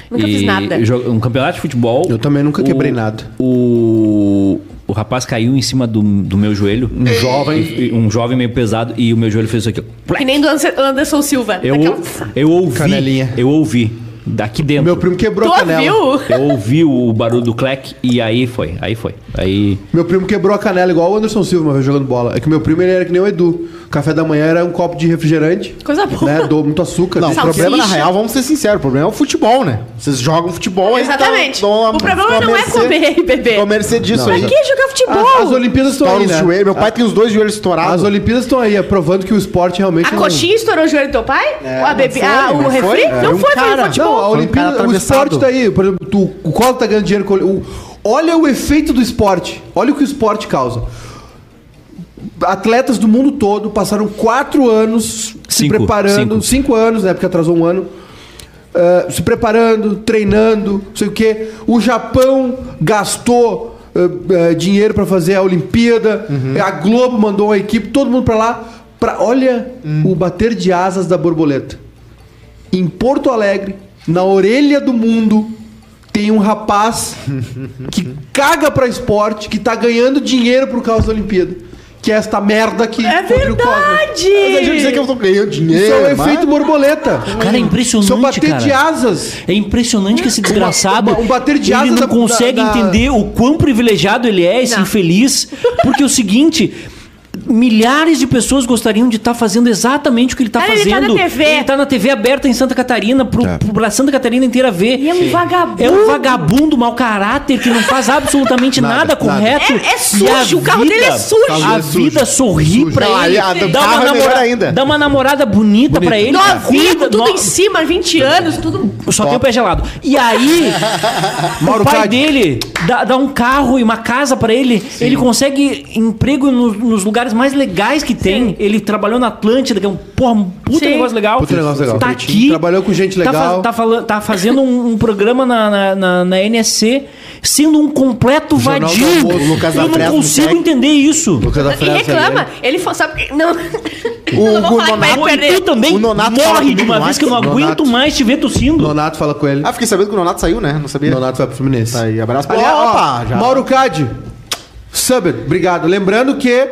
S3: Nunca
S2: E
S3: fiz nada.
S2: jo- Um campeonato de futebol.
S1: Eu também nunca quebrei nada.
S2: O, o rapaz caiu em cima do, do meu joelho. Um jovem. Um jovem meio pesado. E o meu joelho fez isso aqui. ó. Plec.
S3: Que nem do Anse- Anderson Silva.
S2: Eu,
S3: Daquela-
S2: eu ouvi.
S1: Canelinha.
S2: Eu ouvi. Daqui dentro.
S1: Meu primo quebrou
S3: Tu
S1: a canela.
S3: ouviu?
S2: Eu ouvi o barulho do clec e aí foi. Aí foi. Aí.
S1: Meu primo quebrou a canela igual o Anderson Silva uma vez jogando bola. É que meu primo ele era que nem o Edu. O café da manhã era um copo de refrigerante.
S3: Coisa boa.
S1: Né? Dou muito açúcar.
S4: Não,
S1: desse-
S4: o
S3: Salsicha.
S4: problema, na real, vamos ser sinceros, o problema é o futebol, né? Vocês jogam futebol aí.
S3: Exatamente.
S4: então, dão a-
S3: O problema
S4: ficam a
S3: não é comer e beber.
S4: Ficam a mercê disso
S1: Não, Ah,
S4: aí.
S3: Pra que jogar futebol?
S1: As Olimpíadas estão
S4: Estoura
S1: aí,
S4: os
S1: né?
S4: joelhos. Meu pai tem os dois joelhos
S1: As
S4: estourados.
S1: Olimpíadas estão aí, é, provando que o esporte realmente.
S3: A
S1: não-
S3: coxinha estourou o joelho do teu pai? a bebê,
S4: foi,
S3: ah, o
S4: não foi?
S3: refri?
S4: É,
S3: Não
S4: um
S3: foi, foi
S4: cara-
S3: no futebol.
S1: Não, a
S4: Foi um cara
S1: Olimpíada, o
S4: atravessado.
S1: esporte tá aí. Por exemplo, tu- o Collor tá ganhando dinheiro com o, Olha o efeito do esporte. Olha o que o esporte causa. Atletas do mundo todo passaram quatro anos se
S2: Cinco,
S1: preparando.
S2: cinco.
S1: Cinco. anos, né? Porque atrasou um ano. Ah, se preparando, treinando, não sei o quê. O Japão gastou ah, ah, dinheiro pra fazer a Olimpíada.
S4: Uhum.
S1: A Globo mandou uma equipe, todo mundo pra lá. Pra, olha
S4: Hum.
S1: o bater de asas da borboleta em Porto Alegre, na orelha do mundo, tem um rapaz que caga pra esporte, que tá ganhando dinheiro por causa da Olimpíada. Que é esta merda aqui.
S3: É verdade!
S4: Mas aí eu dizer que eu tô ganhando dinheiro.
S1: Isso é o
S4: mas-
S1: efeito borboleta.
S2: Cara, é impressionante,
S1: Isso é o bater
S2: cara.
S1: de asas.
S2: É impressionante que esse desgraçado.
S1: uma- um bater de
S2: ele
S1: asas
S2: não
S1: da-
S2: consegue
S1: da- da-
S2: entender o quão privilegiado ele é, esse
S3: Não.
S2: infeliz. Porque é o seguinte. milhares de pessoas gostariam de estar fazendo exatamente o que ele está
S3: Cara, ele
S2: fazendo.
S3: tá na TV.
S2: Ele tá na TV aberta em Santa Catarina, pro,
S1: Tá.
S2: pro- pra Santa Catarina inteira ver.
S3: E é um
S2: Sim.
S3: vagabundo.
S2: É um vagabundo, mau caráter, que não faz absolutamente nada,
S1: Nada, nada.
S2: correto.
S3: É- é
S2: E
S3: sujo,
S2: a
S3: o carro dele é
S2: vida-
S3: sujo.
S1: O carro
S2: A
S1: é sujo.
S2: vida sorri
S1: Sujo.
S2: pra
S4: Não, aí
S2: ele.
S4: a do
S2: dá,
S4: carro
S2: uma
S4: é melhor
S2: namorada,
S4: ainda.
S2: dá uma namorada bonita pra ele. A
S3: Novinho,
S2: vida-
S3: tudo
S2: no-
S3: em cima, 20 anos, tudo.
S2: só tem o pé gelado. E aí,
S1: Mauro
S2: o pai
S1: Cade.
S2: dele dá, dá um carro e uma casa pra ele. Ele consegue emprego no- nos lugares mais legais que tem.
S3: Sim.
S2: Ele trabalhou na Atlântida, que é um, porra, um puta
S3: Sim.
S2: negócio legal.
S1: Puta negócio legal.
S2: Tá aqui.
S1: Trabalhou com gente
S2: tá fa-
S1: legal.
S2: Tá, falan- tá fazendo um, um programa na, na, na- na NSC, sendo um completo
S1: Jornal do
S2: vadio.
S1: Almoço,
S4: o Lucas
S2: Eu não
S4: Afresta,
S2: consigo
S4: moleque.
S2: entender isso.
S1: Lucas da
S3: E
S1: França,
S3: reclama.
S1: né?
S3: Ele fa- sabe que. Não.
S4: O
S3: não vou falar que vai
S4: Nonato-
S2: E tu
S3: perder.
S2: também
S4: O Nonato fala
S2: morre de
S4: comigo
S2: uma
S4: no
S2: vez que eu não
S1: WhatsApp.
S2: aguento
S1: Nonato.
S2: mais te ver tossindo.
S1: Nonato fala com ele.
S4: Ah, fiquei sabendo que o Nonato saiu, né? Não sabia?
S1: Nonato vai pro Fluminense.
S4: Tá Aí, abraço pra ele.
S1: Aliás,
S4: Opa,
S1: ó,
S4: já.
S1: Mauro Cade, sub, obrigado. Lembrando que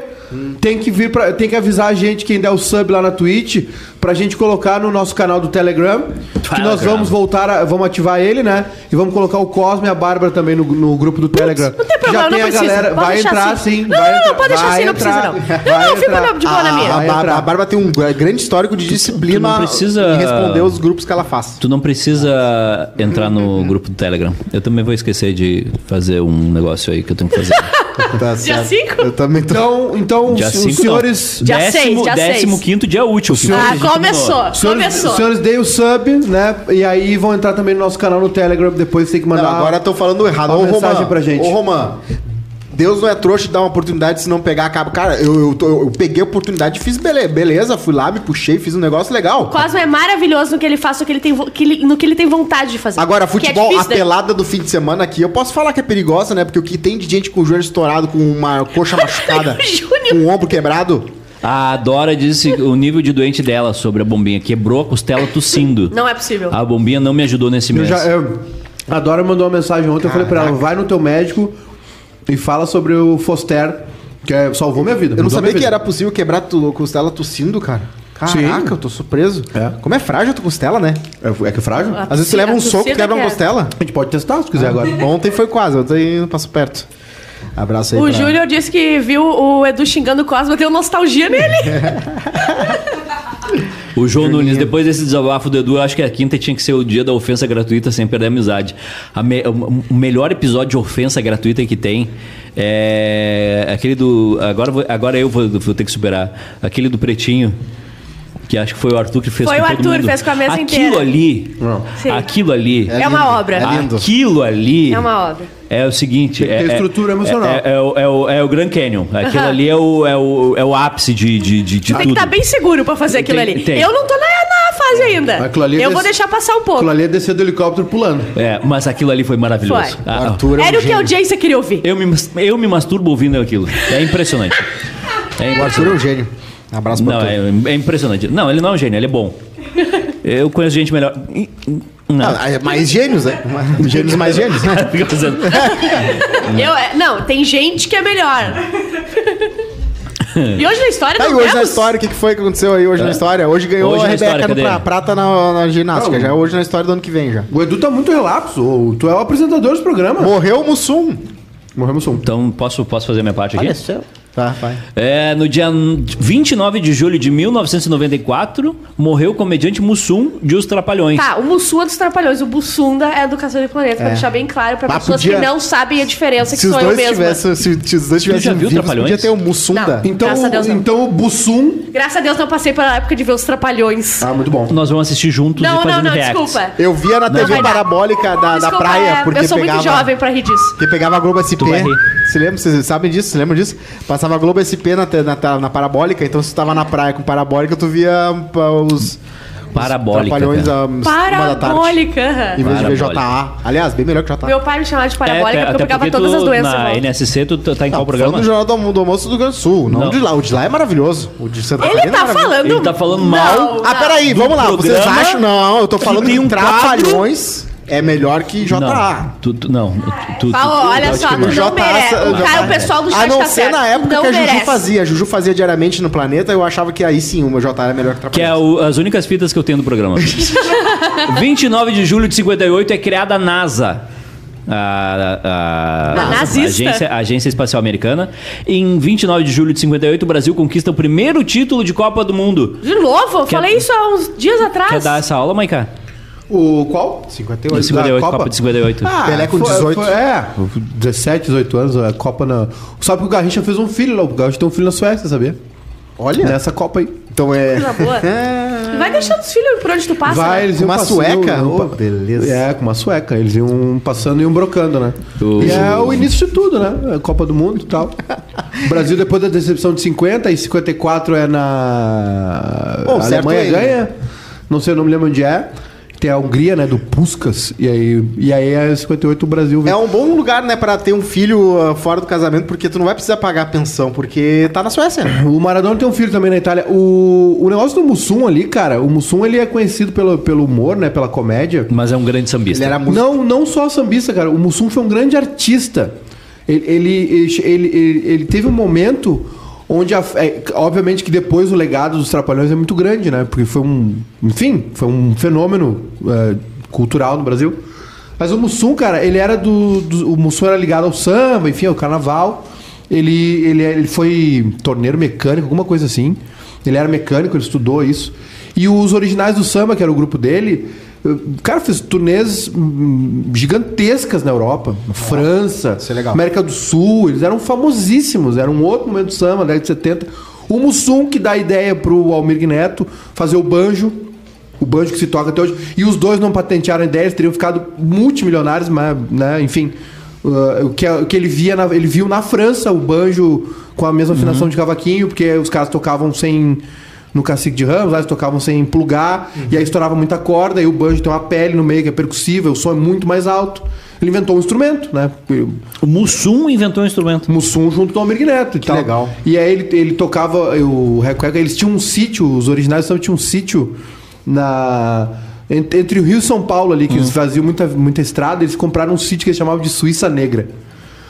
S1: tem que vir para, tem que avisar a gente quem der o sub lá na Twitch pra gente colocar no nosso canal do Telegram, que nós
S2: Telegram.
S1: vamos voltar, a- vamos ativar ele, né? E vamos colocar o Cosme e a Bárbara também no, no grupo do Telegram.
S3: Não tem problema,
S1: Já
S3: não
S1: tem a
S3: precisa.
S1: galera,
S3: Pode
S1: vai
S3: deixar
S1: entrar
S3: assim.
S1: sim,
S3: Não,
S1: vai
S3: não, não,
S1: entrar,
S3: pode deixar
S1: vai
S3: assim, não precisa,
S1: entrar,
S3: não. Não,
S1: vai
S3: não, fica
S1: entrar.
S3: olhando de boa
S4: A,
S3: na minha.
S4: a,
S1: Vai
S4: Bá-
S1: entrar.
S4: a Bárbara tem um gr- grande histórico de disciplina
S2: tu não precisa-
S4: em responder os grupos que ela faz.
S2: Tu não precisa entrar no grupo do Telegram. Eu também vou esquecer de fazer um negócio aí que eu tenho que fazer.
S4: Tá
S3: Dia
S4: certo.
S3: cinco?
S4: Eu também tô.
S1: Então, então
S2: Dia
S1: os,
S2: 5
S1: os senhores,
S3: Dia seis, dia
S2: Décimo
S3: seis.
S2: quinto dia útil. que
S1: senhor-
S2: hoje a
S3: Ah,
S2: gente
S3: começou.
S2: combinou.
S1: os senhores,
S3: começou.
S1: os senhores deem o sub, né? E aí vão entrar também no nosso canal no Telegram, depois tem que mandar
S4: Não, agora estão falando errado.
S1: uma
S4: Ô,
S1: mensagem
S4: Roman,
S1: pra gente.
S4: Ô, Roman, Deus não é trouxa de dar uma oportunidade se não pegar acaba. Cara, eu, eu, tô- eu peguei a oportunidade e fiz bele- beleza, fui lá, me puxei, fiz um negócio legal.
S3: Cosmo é maravilhoso no que ele faz, no que ele tem, vo- que ele- no que ele tem vontade de fazer.
S4: Agora,
S3: Que é
S4: futebol, a
S3: difícil, né?
S4: pelada do fim de semana aqui, eu posso falar que é perigosa, né? Porque o que tem de gente com o joelho estourado, com uma coxa machucada,
S3: Júnior.
S4: com o ombro quebrado.
S2: A Dora disse o nível de doente dela sobre a bombinha. Quebrou a costela tossindo.
S3: Não é possível.
S2: A bombinha não me ajudou nesse
S1: Eu
S2: mês.
S1: já, é eu- a Dora mandou uma mensagem ontem, eu falei pra ela, vai no teu médico e fala sobre o Foster, que é- salvou minha vida.
S4: Eu não
S1: mudou
S4: sabia
S1: minha
S4: que
S1: vida.
S4: era possível quebrar tu, costela tossindo, cara. Caraca,
S1: Sim.
S4: eu tô surpreso.
S1: É.
S4: Como é frágil a tua costela, né?
S1: É, é que é frágil? A
S3: Ah.
S4: Às vezes tu leva um
S3: tossida
S4: soco e quebra uma
S3: que é.
S4: costela.
S1: gente pode testar se
S3: Ah.
S1: quiser agora.
S4: Ontem foi quase, ontem passou perto. Abraço aí.
S3: O
S4: pra-
S3: Júnior disse que viu o Edu xingando o Cosmo, deu nostalgia nele.
S2: O João Nunes, depois desse desabafo do Edu, eu acho que a quinta tinha que ser o dia da ofensa gratuita sem perder a amizade. A me- o- o melhor episódio de ofensa gratuita que tem é aquele do. Agora, eu vou- agora eu vou, vou ter que superar. Aquele do Pretinho. Que acho que foi o Arthur que fez
S3: Foi
S2: com
S3: o
S2: todo
S3: Arthur,
S2: mundo.
S3: fez com a mesa
S2: aquilo
S3: inteira.
S2: Ali,
S3: Sim.
S2: Aquilo ali.
S3: É uma obra.
S4: É lindo.
S2: Aquilo ali.
S3: É uma obra.
S2: É o seguinte.
S1: Tem que ter
S2: é- é-
S1: estrutura emocional.
S2: É, é o, é o- é o Grand Canyon. Aquilo ali é o, é o, é o ápice de, de, de, de
S3: Tem que
S2: tudo.
S3: estar bem seguro pra fazer aquilo
S2: Tem-
S3: ali.
S2: tem.
S3: Eu não tô na, na fase ainda.
S1: Aquilo ali é
S3: Eu vou
S1: desse-
S3: deixar passar um pouco.
S1: Aquilo ali é descer do helicópturo pulando.
S2: É, mas aquilo ali foi maravilhoso.
S3: Foi.
S2: Ah,
S4: Arthur é um
S3: Era o que a
S4: gênio.
S3: audiência queria ouvir.
S2: eu, me, mas- eu me masturbo ouvindo aquilo. É impressionante. É
S4: O Arthur é
S2: impressionante.
S4: um gênio. Abraço pra
S2: Não,
S4: tu.
S2: é, é impressionante. Não, ele não é um gênio, ele é bom. Eu conheço gente melhor. Ih, Não.
S4: Ah, é mais gênios, né? Gênios mais gênios.
S2: Fica fazendo.
S3: Eu, é- não, tem gente que é melhor. e hoje na história
S4: Tá, e
S3: não
S4: hoje na
S3: temos?
S4: história, o que que foi que aconteceu aí
S1: É.
S4: hoje na história? Hoje ganhou
S2: Hoje
S4: a
S2: na
S4: Rebeca
S2: história,
S4: no
S2: cadê?
S4: pra- prata na, na ginástica. Já é hoje na história do ano que vem já.
S1: O Edu tá muito relapso, ô, tu é o apresentador desse programa.
S4: Morreu o Mussum.
S1: Morremos um.
S2: Então, posso, posso fazer minha parte aqui?
S4: Tá, vai.
S2: É, no dia 29 de julho de 1994, morreu o comediante Mussum de Os Trapalhões.
S3: Tá, o Mussum é dos Trapalhões, o Bussunda é a educação do planeta, pra deixar bem claro pra
S4: Mas
S3: pessoas
S4: podia-
S3: que não sabem a diferença que
S4: Se os,
S3: sou eu
S4: dois
S3: mesma.
S4: tivessem, se, se os dois
S2: já
S4: tivessem
S2: viu
S4: vivos,
S2: Trapalhões?
S4: podia ter um o Mussunda.
S3: Não.
S1: Então,
S3: Graças a Deus, não.
S1: então o Bussum...
S3: Graças a Deus não passei pela época de ver os Trapalhões.
S1: Ah, muito bom.
S2: Nós vamos assistir juntos e
S3: não,
S2: fazendo
S3: não, não,
S2: reacts.
S3: desculpa.
S4: Eu via na TV
S3: vai dar.
S4: parabólica da, da
S3: Desculpa, é,
S4: praia, porque
S3: eu sou
S4: pegava...
S3: muito jovem pra rir disso.
S4: Porque pegava a Globo SP.
S2: Tu vai rir.
S4: Se lembra? Vocês sabem disso? Vocês lembram disso? Passava a Globo SP na, te- na, te- na parabólica, então se tu tava na praia com parabólica, tu via pa- os.
S2: Parabólica,
S4: Trapalhões
S2: cara.
S4: a uma da tarde.
S3: Parabólica. aham.
S4: Em vez de ver
S2: Parabólica.
S4: JA. Aliás, bem melhor que JA.
S3: Meu pai me chamava de parabólica
S2: até- É,
S3: porque eu
S2: até
S3: pegava todas
S2: tu,
S3: as doenças.
S2: Na
S3: irmão.
S2: NSC, tu, tu tá em qual
S4: Falando
S2: programa?
S4: do Jornal do, Almo- do Almoço do Rio Grande do Sul. Não,
S2: Não.
S4: de lá. O de lá é maravilhoso. O de Santa
S3: Ele
S4: Catarina é
S3: tá
S4: maravilhoso.
S3: falando.
S2: Ele tá falando
S3: Não,
S2: mal.
S4: Ah,
S3: não.
S4: peraí, vamos lá.
S2: Do
S4: Vocês
S2: programa
S4: acham? Não, eu tô falando
S2: tem
S4: que
S2: um
S4: Trapalhões é melhor que JA.
S2: Não, tu, tu- não, tu- tu-
S3: Paulo, Tá, olha só, tu não
S4: Jota-
S3: merece. O
S4: Jota-
S3: cara, o pessoal do chat
S4: A não
S3: tá
S4: ser
S3: certo.
S4: na época
S3: não
S4: que a Juju
S3: merece.
S4: fazia. A Juju fazia diariamente no planeta, eu achava que aí sim o meu JA era melhor que
S2: Que é o-
S4: Trapalhões.
S2: as únicas fitas que eu tenho do programa. 29 de julho de 58 é criada a NASA. a,
S3: A nazista.
S2: Agência, é a Agência Espacial Americana. Em 29 de julho de 58, o Brasil conquista o primeiro título de Copa do Mundo.
S3: De novo? Eu
S2: Quer-
S3: falei isso há uns dias
S2: Quer
S3: atrás.
S2: dar essa aula, Maica?
S1: O qual?
S4: 58.
S1: Da
S2: 58,
S1: Copa?
S2: Copa de 58.
S1: Ah,
S4: Pelé com
S1: foi-
S4: 18.
S1: foi- é, 17, 18 anos, a Copa na. Sabe que o Garrincha fez um filho lá, o Garrincha tem um filho na Suécia, sabia?
S4: Olha.
S1: Nessa Copa aí.
S4: Então é.
S3: Coisa boa. Vai deixando os filhos por onde tu passa.
S1: Vai,
S3: né?
S1: eles
S4: Com
S1: iam
S4: uma
S1: passando-
S4: sueca?
S1: iam pa-
S4: Oh, beleza.
S1: É, com uma sueca. Eles iam passando e iam brocando, né?
S2: O-
S1: E é o início de tudo, né? A Copa do Mundo e tal. o Brasil, depois da decepção de 50, e 54 é na.
S4: Bom,
S1: a
S4: certo né?
S1: Alemanha
S4: ele,
S1: ganha. Não sei, eu não me lembro onde é. Tem a Hungria, né? Do Puskas. E aí, e aí é 58 o Brasil vem.
S4: É um bom lugar, né, pra ter um filho ah, fora do casamento, porque tu não vai precisar pagar a pensão, porque tá na Suécia. né?
S1: O Maradona tem um filho também na Itália. O, o negócio do Mussum ali, cara, o Mussum ele é conhecido pelo, pelo humor, né? Pela comédia.
S2: Mas é um grande sambista.
S4: Ele era muito.
S1: Não, não só sambista, cara. O Mussum foi um grande artista. Ele, ele, ele, ele- ele teve um momento onde, a- é, obviamente, que depois o legado dos Trapalhões é muito grande, né? Porque foi um. Enfim, foi um fenômeno é, cultural no Brasil. Mas o Mussum, cara, ele era do, do- O Mussum era ligado ao samba, enfim, ao carnaval. Ele, ele, ele foi torneiro mecânico, alguma coisa assim. Ele era mecânico, ele estudou isso. E os originais do samba, que era o grupo dele, eu- cara, fez turnês hum, gigantescas na Europa, na França,
S4: isso é legal.
S1: América do Sul, eles eram famosíssimos, era um outro momento do samba, década de 70. O Mussum que dá a ideia pro Almir Neto fazer o banjo, o banjo que se toca até hoje, e os dois não patentearam a ideia, eles teriam ficado multimilionários, mas, né, enfim, uh, o, que, o que ele via, na- ele viu na França o banjo com a mesma afinação de cavaquinho, porque os caras tocavam sem no Cacique de Ramos, lá eles tocavam sem plugar, e aí estourava muita corda, e o banjo tem uma pele no meio que é percussível, o som é muito mais alto. Ele inventou um instrumento, né?
S2: O Mussum inventou um instrumento.
S1: Mussum junto com o Almir Neto e tal.
S4: legal.
S1: E aí ele, ele tocava o Recueca, eles tinham um sítio, os originais só tinham um sítio na en- entre o Rio e São Paulo ali, que eles faziam muita, muita estrada, eles compraram um sítio que eles chamavam de Suíça Negra.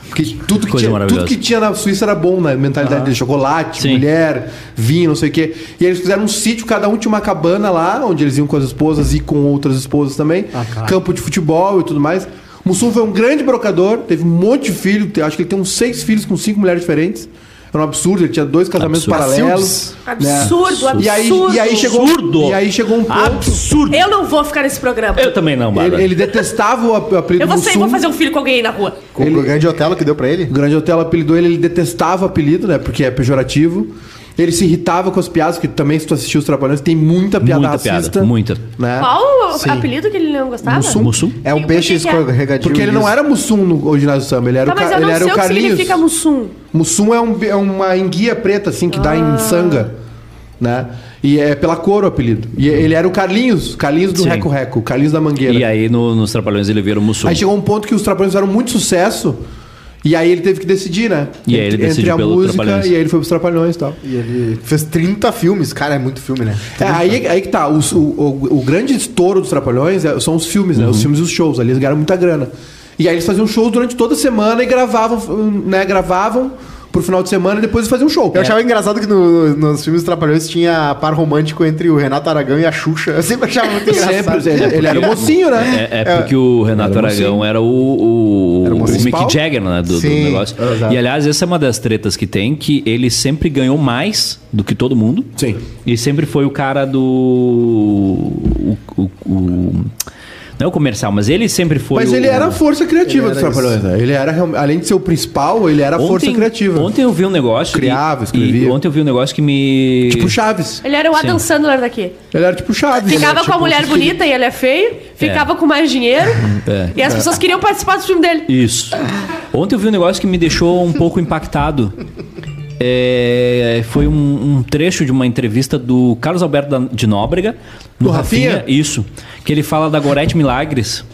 S1: Porque tudo que,
S2: Coisa
S1: tinha,
S2: maravilhosa.
S1: tudo que tinha na Suíça era bom na mentalidade deles. Chocolate,
S2: Sim.
S1: mulher, vinho, não sei o quê. E aí eles fizeram um sítio, cada um tinha uma cabana lá, onde eles iam com as esposas e com outras esposas também.
S2: Ah, tá.
S1: Campo de futebol e tudo mais. Mussum foi um grande brocador, teve um monte de filho. te- Acho que ele tem uns seis filhos com cinco mulheres diferentes. Era um absurdo, ele tinha dois casamentos
S2: Absurdo.
S1: paralelos.
S3: Absurdo, absurdo.
S1: né? E aí, e aí chegou
S2: Absurdo.
S1: E aí chegou um ponto.
S2: Absurdo!
S3: Eu não vou ficar nesse programa.
S2: Eu também não, Bárbara.
S1: Ele, ele detestava o ap- apelido
S3: Eu vou sair e vou
S1: Mussum.
S3: fazer um filho com alguém aí na rua.
S4: Com o grande Otelo que deu pra ele?
S1: O Grande Otelo apelidou ele, ele detestava o apelido, né? Porque é pejorativo. Ele se irritava com as piadas, que também, se tu assistiu os Trapalhões, tem muita piada
S2: Muita piada,
S1: racista.
S2: muita.
S1: Né?
S3: Qual o
S1: Sim.
S3: apelido que ele não gostava?
S1: Mussum.
S2: Mussum?
S4: É
S3: E
S4: um
S3: por
S4: peixe
S3: que que é?
S4: escorregadio.
S1: Porque ele não
S4: liso.
S1: era Mussum no original do samba, ele era
S3: Tá,
S1: o, Ca-
S3: mas eu
S1: ele
S3: não
S1: era
S3: sei
S1: o
S3: o que
S1: Carlinhos.
S3: significa Mussum.
S1: Mussum é, um- é uma enguia preta, assim, que dá
S3: Ah.
S1: em sanga, né? E é pela cor o apelido. E ele era o Carlinhos, Carlinhos do
S2: Uhum. Sim.
S1: Reco Reco, Carlinhos da Mangueira.
S2: E aí no- nos Trapalhões ele vira o Mussum.
S1: Aí chegou um ponto que os Trapalhões fizeram muito sucesso. E aí ele teve que decidir, né?
S2: E aí ele
S1: Entre-
S2: decidiu
S1: entre a
S2: pelo
S1: música
S2: Trapalhões.
S1: e aí ele foi pros Trapalhões e tal.
S4: E ele fez 30 filmes. Cara, é muito filme, né?
S1: É, aí, aí que tá. Os- o, o- o grande estouro dos Trapalhões é- são os filmes, né? Os filmes e os shows. Ali eles ganharam muita grana. E aí eles faziam shows durante toda a semana e gravavam, né? Gravavam pro final de semana e depois faziam um show.
S4: Eu achava engraçado que no- nos filmes dos Trapalhões tinha par romântico entre o Renato Aragão e a Xuxa. Eu sempre achava muito engraçado.
S1: É. Sempre, ele, ele era um mocinho, né?
S2: É, é porque o Renato
S1: Era o
S2: Aragão era o, o,
S4: o
S2: o
S4: principal?
S2: Mick Jagger, né? Do, do
S4: Sim,
S2: negócio.
S1: exato.
S2: E aliás, essa é uma das tretas que tem, que ele sempre ganhou mais do que todo mundo.
S1: Sim.
S2: E sempre foi o cara do. O, o- o- não é o comercial, mas ele sempre foi.
S1: Mas
S2: o-
S1: ele era a força criativa dos
S4: era isso.
S1: Trapalhões, né? Ele era, real- além de ser o principal, ele era a força criativa.
S2: Ontem eu vi um negócio.
S1: Criava,
S2: e-
S1: escrevia.
S2: E, ontem eu vi um negócio que me.
S1: Tipo Chaves.
S3: Ele era o Adam Sandler daqui.
S1: Ele era tipo Chaves.
S3: Ficava
S1: né?
S3: com
S1: Tipo,
S3: a mulher bonita e ele é feio. Ficava com mais dinheiro.
S2: É.
S3: E as pessoas queriam participar do filme dele.
S2: Isso. Ontem eu vi um negócio que me deixou um pouco impactado. É, foi um, um trecho de uma entrevista do Carlos Alberto da- de Nóbrega. no
S1: Do Rafinha?
S2: Isso. Que ele fala da Gorete Milagres.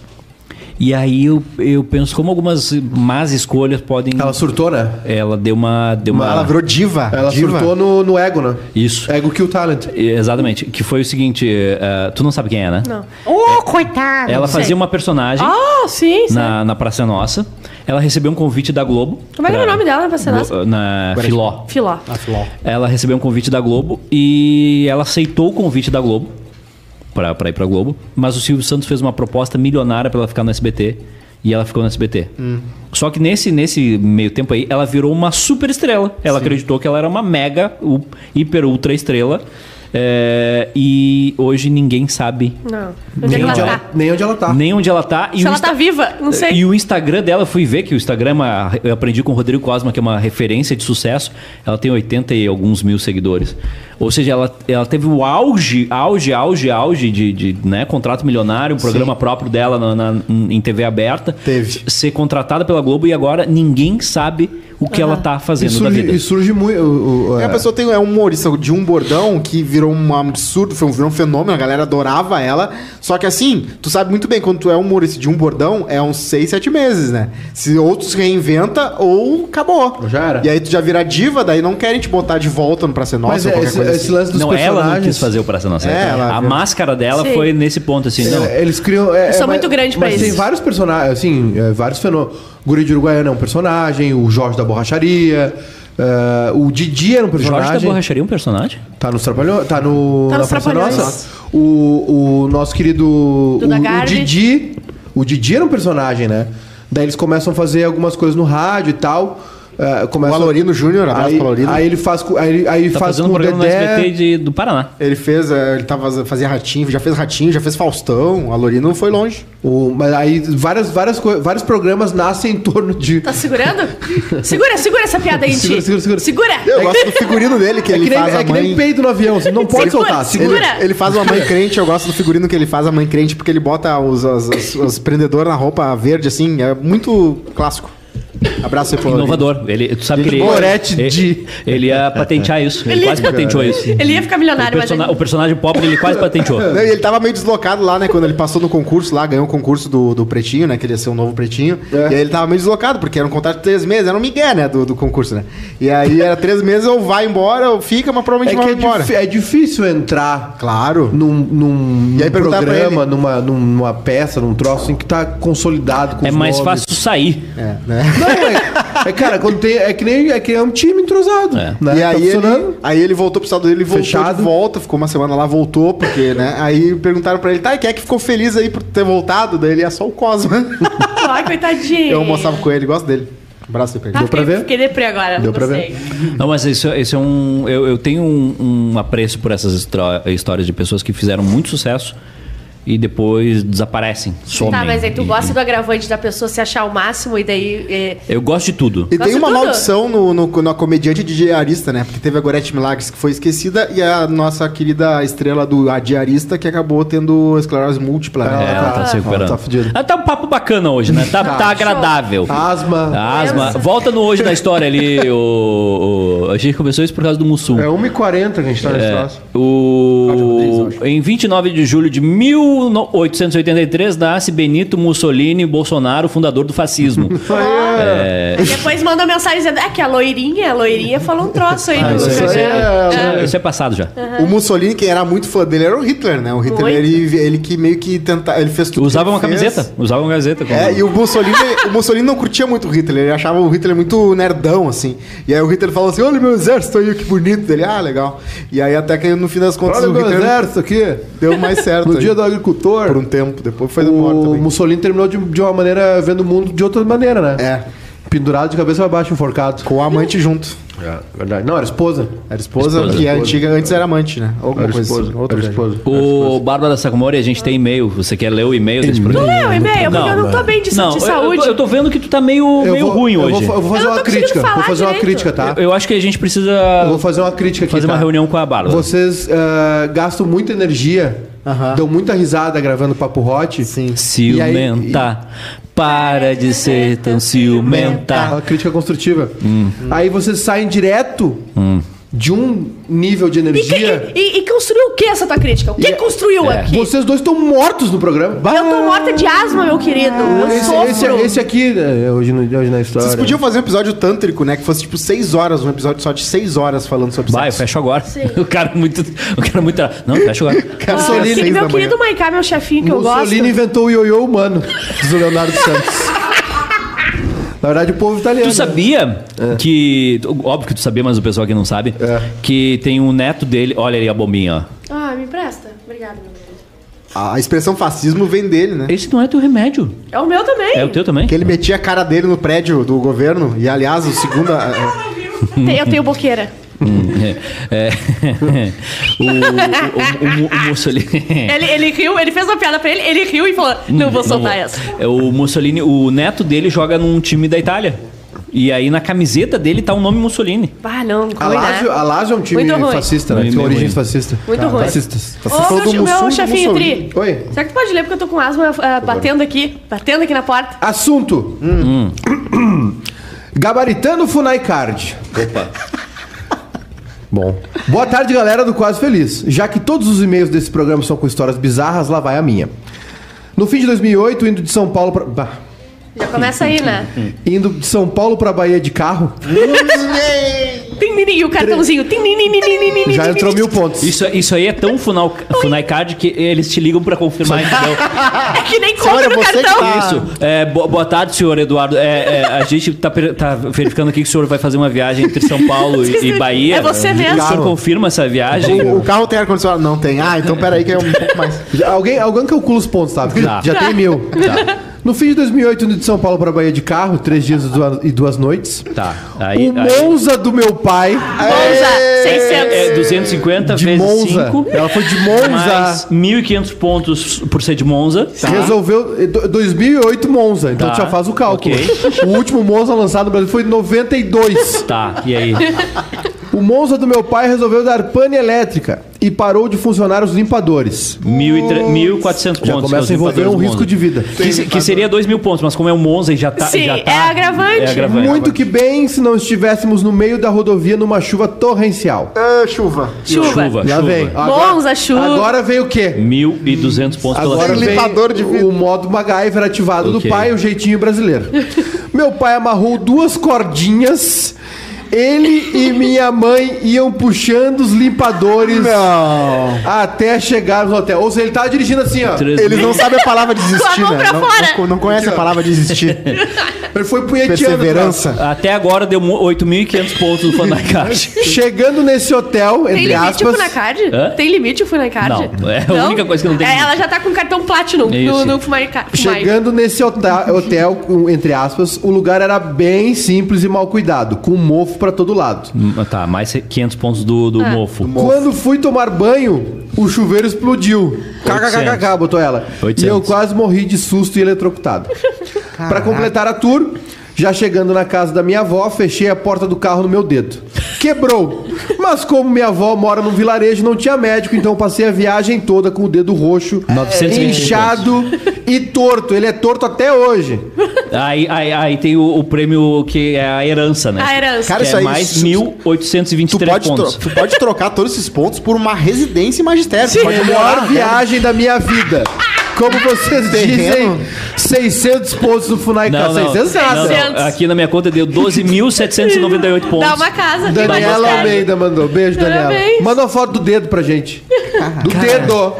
S2: E aí eu, eu penso como algumas más escolhas podem...
S1: Ela surtou, né?
S2: Ela deu uma... Deu uma...
S4: Ah. Ela virou diva.
S1: Ela
S4: É diva.
S1: surtou no, no ego, né?
S2: Isso.
S1: Ego Kill Talent.
S2: Exatamente. Que foi o seguinte... eh, tu não sabe quem é, né?
S3: Não.
S5: Ô, coitado!
S2: Ela
S3: sei.
S1: um
S2: fazia uma personagem
S3: Ah, sim, sim.
S2: na, na Praça Nossa. Ela recebeu um convite da Globo.
S3: Como é que
S2: pra-
S3: era o nome dela na Praça Nossa?
S2: Glo- Na Filó.
S3: Filó.
S1: Ah.
S2: Ela recebeu um convite da Globo e ela aceitou o convite da Globo pra, pra ir pra Globo. Mas o Silvio Santos fez uma proposta milionária pra ela ficar no SBT. E ela ficou no SBT. Só que nesse, nesse meio tempo aí, ela virou uma super estrela. Ela acreditou que ela era uma mega, u- hiper, ultra estrela. É, e hoje ninguém sabe
S3: Não. Onde é que
S2: Nem
S3: ela
S2: de
S3: tá?
S5: Nem onde ela tá.
S2: nem onde ela tá. E
S3: Se
S2: o
S3: ela
S2: Insta-
S3: tá viva, não sei.
S2: E o Instagram dela, eu fui ver que o Instagram, é uma- eu aprendi com o Rodrigo Cosma, que é uma referência de sucesso. Ela tem 80 e alguns mil seguidores. Ou seja, ela, ela teve o auge, auge, auge, auge de, de, né, contrato milionário, um programa próprio dela na- na- em TV aberta.
S4: Teve.
S2: Ser contratada pela Globo e agora ninguém sabe o que ela
S3: Ah.
S2: tá
S1: E
S2: fazendo da
S1: surge,
S2: vida.
S1: e surge muito. o- o-
S4: É, a pessoa tem é um humorista de um bordão que virou um absurdo, foi um, virou um fenômeno, a galera adorava ela. Só que assim, tu sabe muito bem, quando tu é um humorista de um bordão, é uns 6, 7 meses, né? Se outros reinventa ou acabou.
S1: Ou já era.
S4: E aí tu já vira diva, daí não querem te botar de volta no Pra Ser Nossa
S1: Mas
S4: ou
S1: é,
S4: qualquer
S1: esse,
S4: coisa
S1: esse
S4: assim.
S1: lance dos
S2: Não,
S1: personagens.
S2: ela não quis fazer o Praça Nossa.
S4: É, ela
S2: a
S4: viu.
S2: máscara dela
S3: Sim.
S2: foi nesse ponto, assim. Não,
S1: É, Eles criam. É,
S3: Eu
S1: é,
S3: sou
S1: mas-
S3: muito grande pra
S1: mas
S3: isso.
S1: tem vários personagens, assim, é, vários fenômenos. O Guri de Uruguaiana é um personagem, o Jorge da Borracharia, é, o Didi era um personagem.
S2: Jorge da Borracharia é um personagem?
S1: Tá nos Trapalhões? Tá no.
S3: Tá
S1: na
S3: nos
S1: Praça
S3: Trapalhões.
S1: Nossa. O, o nosso querido. O,
S3: Duda
S1: o
S3: Garbi.
S1: Didi. O Didi era um personagem, né? Daí eles começam a fazer algumas coisas no rádio e tal. é,
S4: O
S1: começam-
S4: Alorino Júnior, abraço
S1: Aí,
S4: pro Alorino.
S1: aí ele faz, com- aí, ele- aí ele
S2: Tá
S1: faz
S2: fazendo
S1: com
S2: um
S1: o
S2: programa no SBT
S1: Dedé.
S2: de- do Paraná.
S4: Ele fez, é, ele tava, fazia ratinho, já fez ratinho, já fez Faustão, a Lorina não foi longe.
S1: O, mas aí várias, várias, coi- vários programas nascem em torno de.
S3: Tá segurando? Segura, segura essa piada aí, Ti.
S1: Segura, segura, segura.
S4: Eu gosto do figurino dele, É que
S1: É
S4: ele
S1: que, nem,
S4: faz
S1: é
S4: a
S1: que nem
S4: mãe.
S1: peido no avião, você não pode
S3: Segura,
S1: soltar. Segura.
S3: segura.
S4: Ele faz uma mãe crente, eu gosto do figurino que ele faz a mãe crente, porque ele bota os, as, as, as prendedoras na roupa verde, assim, é muito clássico. Abraço aí pro
S2: Inovador. Ele, tu sabe que ele,
S1: Gorete
S2: ele,
S1: de-
S2: ele ia patentear isso. Ele,
S3: Ele-
S2: quase patenteou isso.
S3: Ele ia ficar
S2: O,
S3: milionário, mas...
S2: persona- o
S3: ele-
S2: personagem pobre ele quase patenteou. É
S4: Não, e ele tava meio deslocado lá, né? Quando ele passou no concurso lá, ganhou o concurso do, do Pretinho, né? Que ele ia ser o novo Pretinho.
S1: É.
S4: E aí ele tava meio deslocado, porque era um contrato de três meses, era um migué, né? Do, do concurso, né? E aí era três meses, ou vai embora, ou fica, mas
S1: É
S4: provavelmente
S1: que
S4: vai
S1: é,
S4: embora.
S1: difí- é difícil entrar
S4: Claro.
S1: num, num,
S4: E aí
S1: num
S4: perguntar pra
S1: programa,
S4: ele.
S1: numa, num- numa peça, num troço assim, que tá consolidado com
S2: É
S1: os
S2: mais
S1: nomes.
S2: fácil tu sair.
S4: É, né?
S1: Não, é, é, cara, quando tem, é que nem é que é um time entrosado.
S2: É.
S1: Né?
S4: E aí,
S1: tá funcionando.
S4: ele, aí ele voltou pro estado dele, ele voltou
S1: Fechado.
S4: de volta, ficou uma semana lá, voltou, porque, né? Aí perguntaram pra ele, tá, e quem é que ficou feliz aí por ter voltado? Daí ele é só o Cosma.
S3: Ai, coitadinho.
S4: Eu almoçava com ele, gosto dele. Abraço aí pra ele.
S3: Tá,
S1: Deu pra
S3: fiquei-
S1: ver?
S3: Fiquei deprê agora.
S1: Deu
S3: não
S1: pra ver?
S3: sei.
S2: Não, mas isso, isso é um. Eu, eu tenho um, um apreço por essas histro- histórias de pessoas que fizeram muito sucesso e depois desaparecem. Somem.
S3: Tá, mas aí tu
S2: E-
S3: gosta do agravante da pessoa se achar o máximo e daí... é,
S2: Eu gosto de tudo.
S4: E
S3: Gosto
S4: tem uma
S3: de tudo.
S4: maldição no, no, na comediante de diarista, né? Porque teve a Gorete Milagres que foi esquecida e a nossa querida estrela do a diarista que acabou tendo esclerose múltipla.
S2: É,
S4: né?
S2: ela tá se recuperando.
S1: Ela tá fudida.
S2: Ah, tá um papo bacana hoje, né? Tá, tá agradável.
S1: Asma.
S2: A asma. Volta no hoje da história ali. o- o- A gente começou isso por causa do Mussum.
S1: É 1h40 que a gente tá
S2: É.
S1: nesse troço.
S2: O... Em 29 de julho de 1883, nasce Benito Mussolini Bolsonaro, fundador do fascismo. É.
S3: E depois manda mensagem dizendo, é que a loirinha, a loirinha falou um troço aí. no
S1: Ah, isso aí-
S3: Instagram."
S1: isso aí é-
S2: Ah, Isso é- Isso é passado já.
S4: O Mussolini, quem era muito fã dele, era o Hitler, né? O Hitler,
S3: Muito.
S4: ele, ele que meio que tentava. Ele fez tudo.
S2: Usava
S4: que
S2: uma
S4: ele fez.
S2: camiseta. Usava uma camiseta. como-
S4: É, e o Mussolini, o Mussolini não curtia muito o Hitler, ele achava o Hitler muito nerdão, assim. E aí o Hitler falou assim: olha o meu exército aí, que bonito. Ele, ah, legal. E aí até que no fim das contas
S1: Olha o
S4: o
S1: meu
S4: Hitler
S1: exército aqui.
S4: deu mais certo.
S1: No
S4: aí.
S1: dia do agricultor.
S4: Por um tempo, depois foi demora
S1: O
S4: também.
S1: Mussolini terminou de, de uma maneira, vendo o mundo de outra maneira, né?
S4: É.
S1: Pendurado de cabeça pra baixo, enforcado.
S4: Com o amante junto.
S1: É, verdade. Não, era esposa.
S4: Era esposa,
S2: Esposa.
S4: que é antiga, antes era amante, né? Alguma
S1: Era
S4: coisa
S1: esposa.
S4: assim. Outra
S1: Era
S4: coisa.
S1: esposa.
S2: O Bárbara Sacomori, a gente tem e-mail. Você quer ler o e-mail desse
S3: Tu
S2: programa?
S3: leu É. o e-mail? Porque eu não tô bem de,
S2: Não,
S3: de
S2: eu- eu,
S3: saúde.
S2: tô, eu tô vendo que tu tá meio,
S1: Eu
S2: meio
S1: vou-
S2: ruim
S1: eu
S2: hoje.
S1: Vou, eu vou fazer
S3: Eu não
S1: uma
S3: tô conseguindo
S1: crítica. Vou
S3: falar
S1: fazer uma
S3: direito.
S1: crítica, tá?
S2: Eu acho que a gente precisa
S1: Eu vou fazer uma crítica aqui.
S2: fazer uma
S1: tá?
S2: reunião com a Bárbara.
S1: Vocês ah, gastam muita energia,
S4: Aham.
S1: dão muita risada gravando papo hot.
S4: Sim.
S2: Ciumenta. Para de ser tão
S1: É
S2: ciumenta.
S1: uma crítica construtiva.
S4: Hum.
S1: Aí vocês saem direto de um nível de
S3: E, que-
S1: energia.
S3: e- e- e construiu o que essa tua crítica? O que
S1: E-
S3: construiu
S2: é.
S3: aqui?
S1: Vocês dois estão mortos no programa.
S3: Eu tô morta de asma, meu querido. Eu
S1: Ah, Esse,
S3: sofro.
S1: esse, esse aqui, né, hoje, no- hoje na história.
S4: Vocês podiam fazer um episódio tântrico, né? Que fosse tipo seis horas, um episódio só de seis horas falando sobre
S2: Vai, eu
S4: sexo.
S2: fecho agora. O cara muito. O cara muito. Não, fecha agora.
S3: Ah,
S4: Cara,
S1: Mussolini-
S4: seis
S3: que-
S4: da
S3: meu
S4: manhã.
S3: querido Maiká, meu chefinho que eu gosto.
S1: Mussolini inventou o ioiô humano, diz o Leonardo Santos. Na verdade, o povo italiano. né?
S2: Tu sabia que. Óbvio que tu sabia, mas o pessoal que não sabe. Que tem um neto dele. Olha ali a bombinha, ó.
S3: Ah, me empresta? Obrigada, meu querido.
S4: A expressão fascismo vem dele, né?
S2: Esse não é teu remédio.
S3: É o meu também.
S2: É o teu também?
S4: Que ele metia a cara dele no prédio do governo. E, aliás, o segundo... é,
S3: Tem- eu tenho boqueira.
S2: Hum, é. É. o, o, o, o, o Mussolini.
S3: Ele, ele riu, ele fez uma piada pra ele, ele riu e falou: Não vou soltar essa.
S2: É o Mussolini, o neto dele joga num time da Itália. E aí na camiseta dele tá o nome Mussolini.
S3: Ah, não,
S1: A
S3: ruim,
S1: Lazio,
S3: né?
S1: a Lazio é um time
S3: Muito ruim.
S1: fascista, né?
S2: Muito
S1: Tem origem
S2: ruim.
S1: fascista. Tá,
S3: Muito ruim.
S1: Fascistas.
S2: Tá
S4: Você
S3: Ô,
S4: falou do
S3: meu,
S4: Mussum e
S3: meu
S4: do
S3: chefinho Tri.
S4: Mussolini. Oi.
S3: Será que tu pode ler porque eu tô com asma ah, batendo aqui, batendo aqui na porta?
S1: Assunto.
S2: Hum.
S1: Gabaritando Funai Card.
S2: Opa.
S1: Bom. Boa tarde, galera do Quase Feliz. Já que todos os e-mails desse programa são com histórias bizarras, lá vai a minha. No fim de 2008, indo de São Paulo pra... Bah.
S3: Já começa aí, né?
S2: Hum.
S1: Indo de São Paulo pra Bahia de carro,
S3: Tim, nini, e o cartãozinho. Tim, nini, nini, nini, nini,
S1: já
S3: nini,
S1: entrou
S3: nini.
S1: mil pontos.
S2: Isso, isso aí é tão funal, Funai Card que eles te ligam pra confirmar, entendeu?
S3: É que nem
S4: Então, Olha,
S3: conta no
S4: você que
S3: cartão.
S4: tá-
S2: Isso. É, bo- boa tarde, senhor Eduardo. É, é, a gente tá, per- tá verificando aqui que o senhor vai fazer uma viagem entre São Paulo e, e Bahia.
S3: É você mesmo.
S2: O senhor confirma essa viagem?
S4: O carro tem ar-condicionado? Não tem. Ah, então peraí que é um pouco mais.
S1: Já- Alguém, alguém calcula os pontos, tá? Porque
S2: Tá.
S1: Já tem mil. No fim de 2008, indo de São Paulo pra Bahia de carro, três dias e duas- e duas noites.
S2: Tá. Aí,
S1: o
S2: aí-
S1: Monza do meu pai.
S3: Monza, 600.
S2: é 250
S1: De
S2: vezes
S1: Monza.
S2: 5.
S1: Ela foi de Monza.
S2: Mais 1.500 pontos por ser de Monza.
S1: Resolveu eh, do- 2008 Monza, então
S2: Tá.
S1: tu já faz o cálculo.
S2: Ok.
S1: O último Monza lançado no Brasil foi em 92.
S2: Tá, e aí?
S1: O Monza do meu pai resolveu dar pane elétrica e parou de funcionar os limpadores.
S2: 1.400 pontos.
S1: Já
S2: que é os
S1: começa a envolver
S2: limpadores
S1: um risco
S2: Monza.
S1: de vida.
S2: Que, se- que seria 2 mil pontos, mas como é um Monza e já tá.
S3: Sim,
S2: já tá-
S3: é agravante.
S2: É agravante.
S1: Muito que bem se não estivéssemos no meio da rodovia numa chuva torrencial.
S4: Ah, chuva.
S3: Chuva.
S2: Chuva,
S1: Já
S2: chuva.
S1: vem.
S3: Monza, chuva.
S1: Agora vem o quê?
S2: 1.200 pontos
S1: Agora
S2: pela
S1: vem
S4: Limpador de vidro.
S1: o modo MacGyver ativado
S2: Ok.
S1: do pai, o jeitinho brasileiro. Meu pai amarrou duas cordinhas. Ele e minha mãe iam puxando os limpadores
S4: Não.
S1: até chegar no hotel. Ou seja, ele tava dirigindo assim, ó.
S2: Três
S4: Eles não sabem a palavra desistir,
S3: Com a mão
S4: né?
S3: pra
S4: Não,
S3: fora.
S4: não, não conhece a palavra desistir.
S1: Ele foi punheteando.
S4: Perseverança.
S2: Até agora deu mu- 8.500 pontos no Fanacard.
S1: Chegando nesse hotel,
S3: Tem
S1: entre
S3: limite tipo, o
S1: aspas.
S3: Funacard?
S2: Hã?
S3: Tem limite o Funacard?
S2: Não, é a única coisa que não tem
S3: É,
S2: limite.
S3: Ela já tá com cartão Platinum
S2: Isso.
S3: no, no Funacard.
S1: Chegando nesse hotel, hotel, com- entre aspas, o lugar era bem simples e mal cuidado, com mofo pra todo lado.
S2: Hum, tá, mais 500 pontos do, É. do mofo.
S1: Quando fui tomar banho, o chuveiro explodiu.
S2: 800.
S1: KKKK, botou ela.
S2: 800.
S1: E eu quase morri de susto e eletrocutado. Pra completar a tour, já chegando na casa da minha avó, fechei a porta do carro no meu dedo. Quebrou. Mas como minha avó mora num vilarejo, não tinha médico, então passei a viagem toda com o dedo roxo,
S2: 925
S1: inchado e torto. Ele é torto até hoje.
S2: Aí, aí, aí tem o, o prêmio que é a herança, né?
S3: A herança.
S4: Cara,
S2: Que
S4: isso
S2: é
S4: aí,
S2: mais
S4: isso-
S2: 1.823
S4: Tu pode,
S2: pontos.
S4: tro- tu pode trocar todos esses pontos por uma residência em magistério. Tu pode
S1: Melhor
S4: morar,
S1: viagem da minha vida. Como vocês dizem,
S4: Terreno?
S1: 600 pontos no Funai
S2: Não, não,
S1: 600
S2: não,
S1: nada.
S2: não.
S3: 700.
S2: Aqui na minha conta deu 12.798 pontos.
S3: Dá uma casa.
S2: Daniela
S1: Daniela
S3: Dá uma casa.
S1: Almeida mandou. Beijo, Daniela.
S3: Parabéns.
S1: Manda uma foto do dedo pra gente. Do dedo.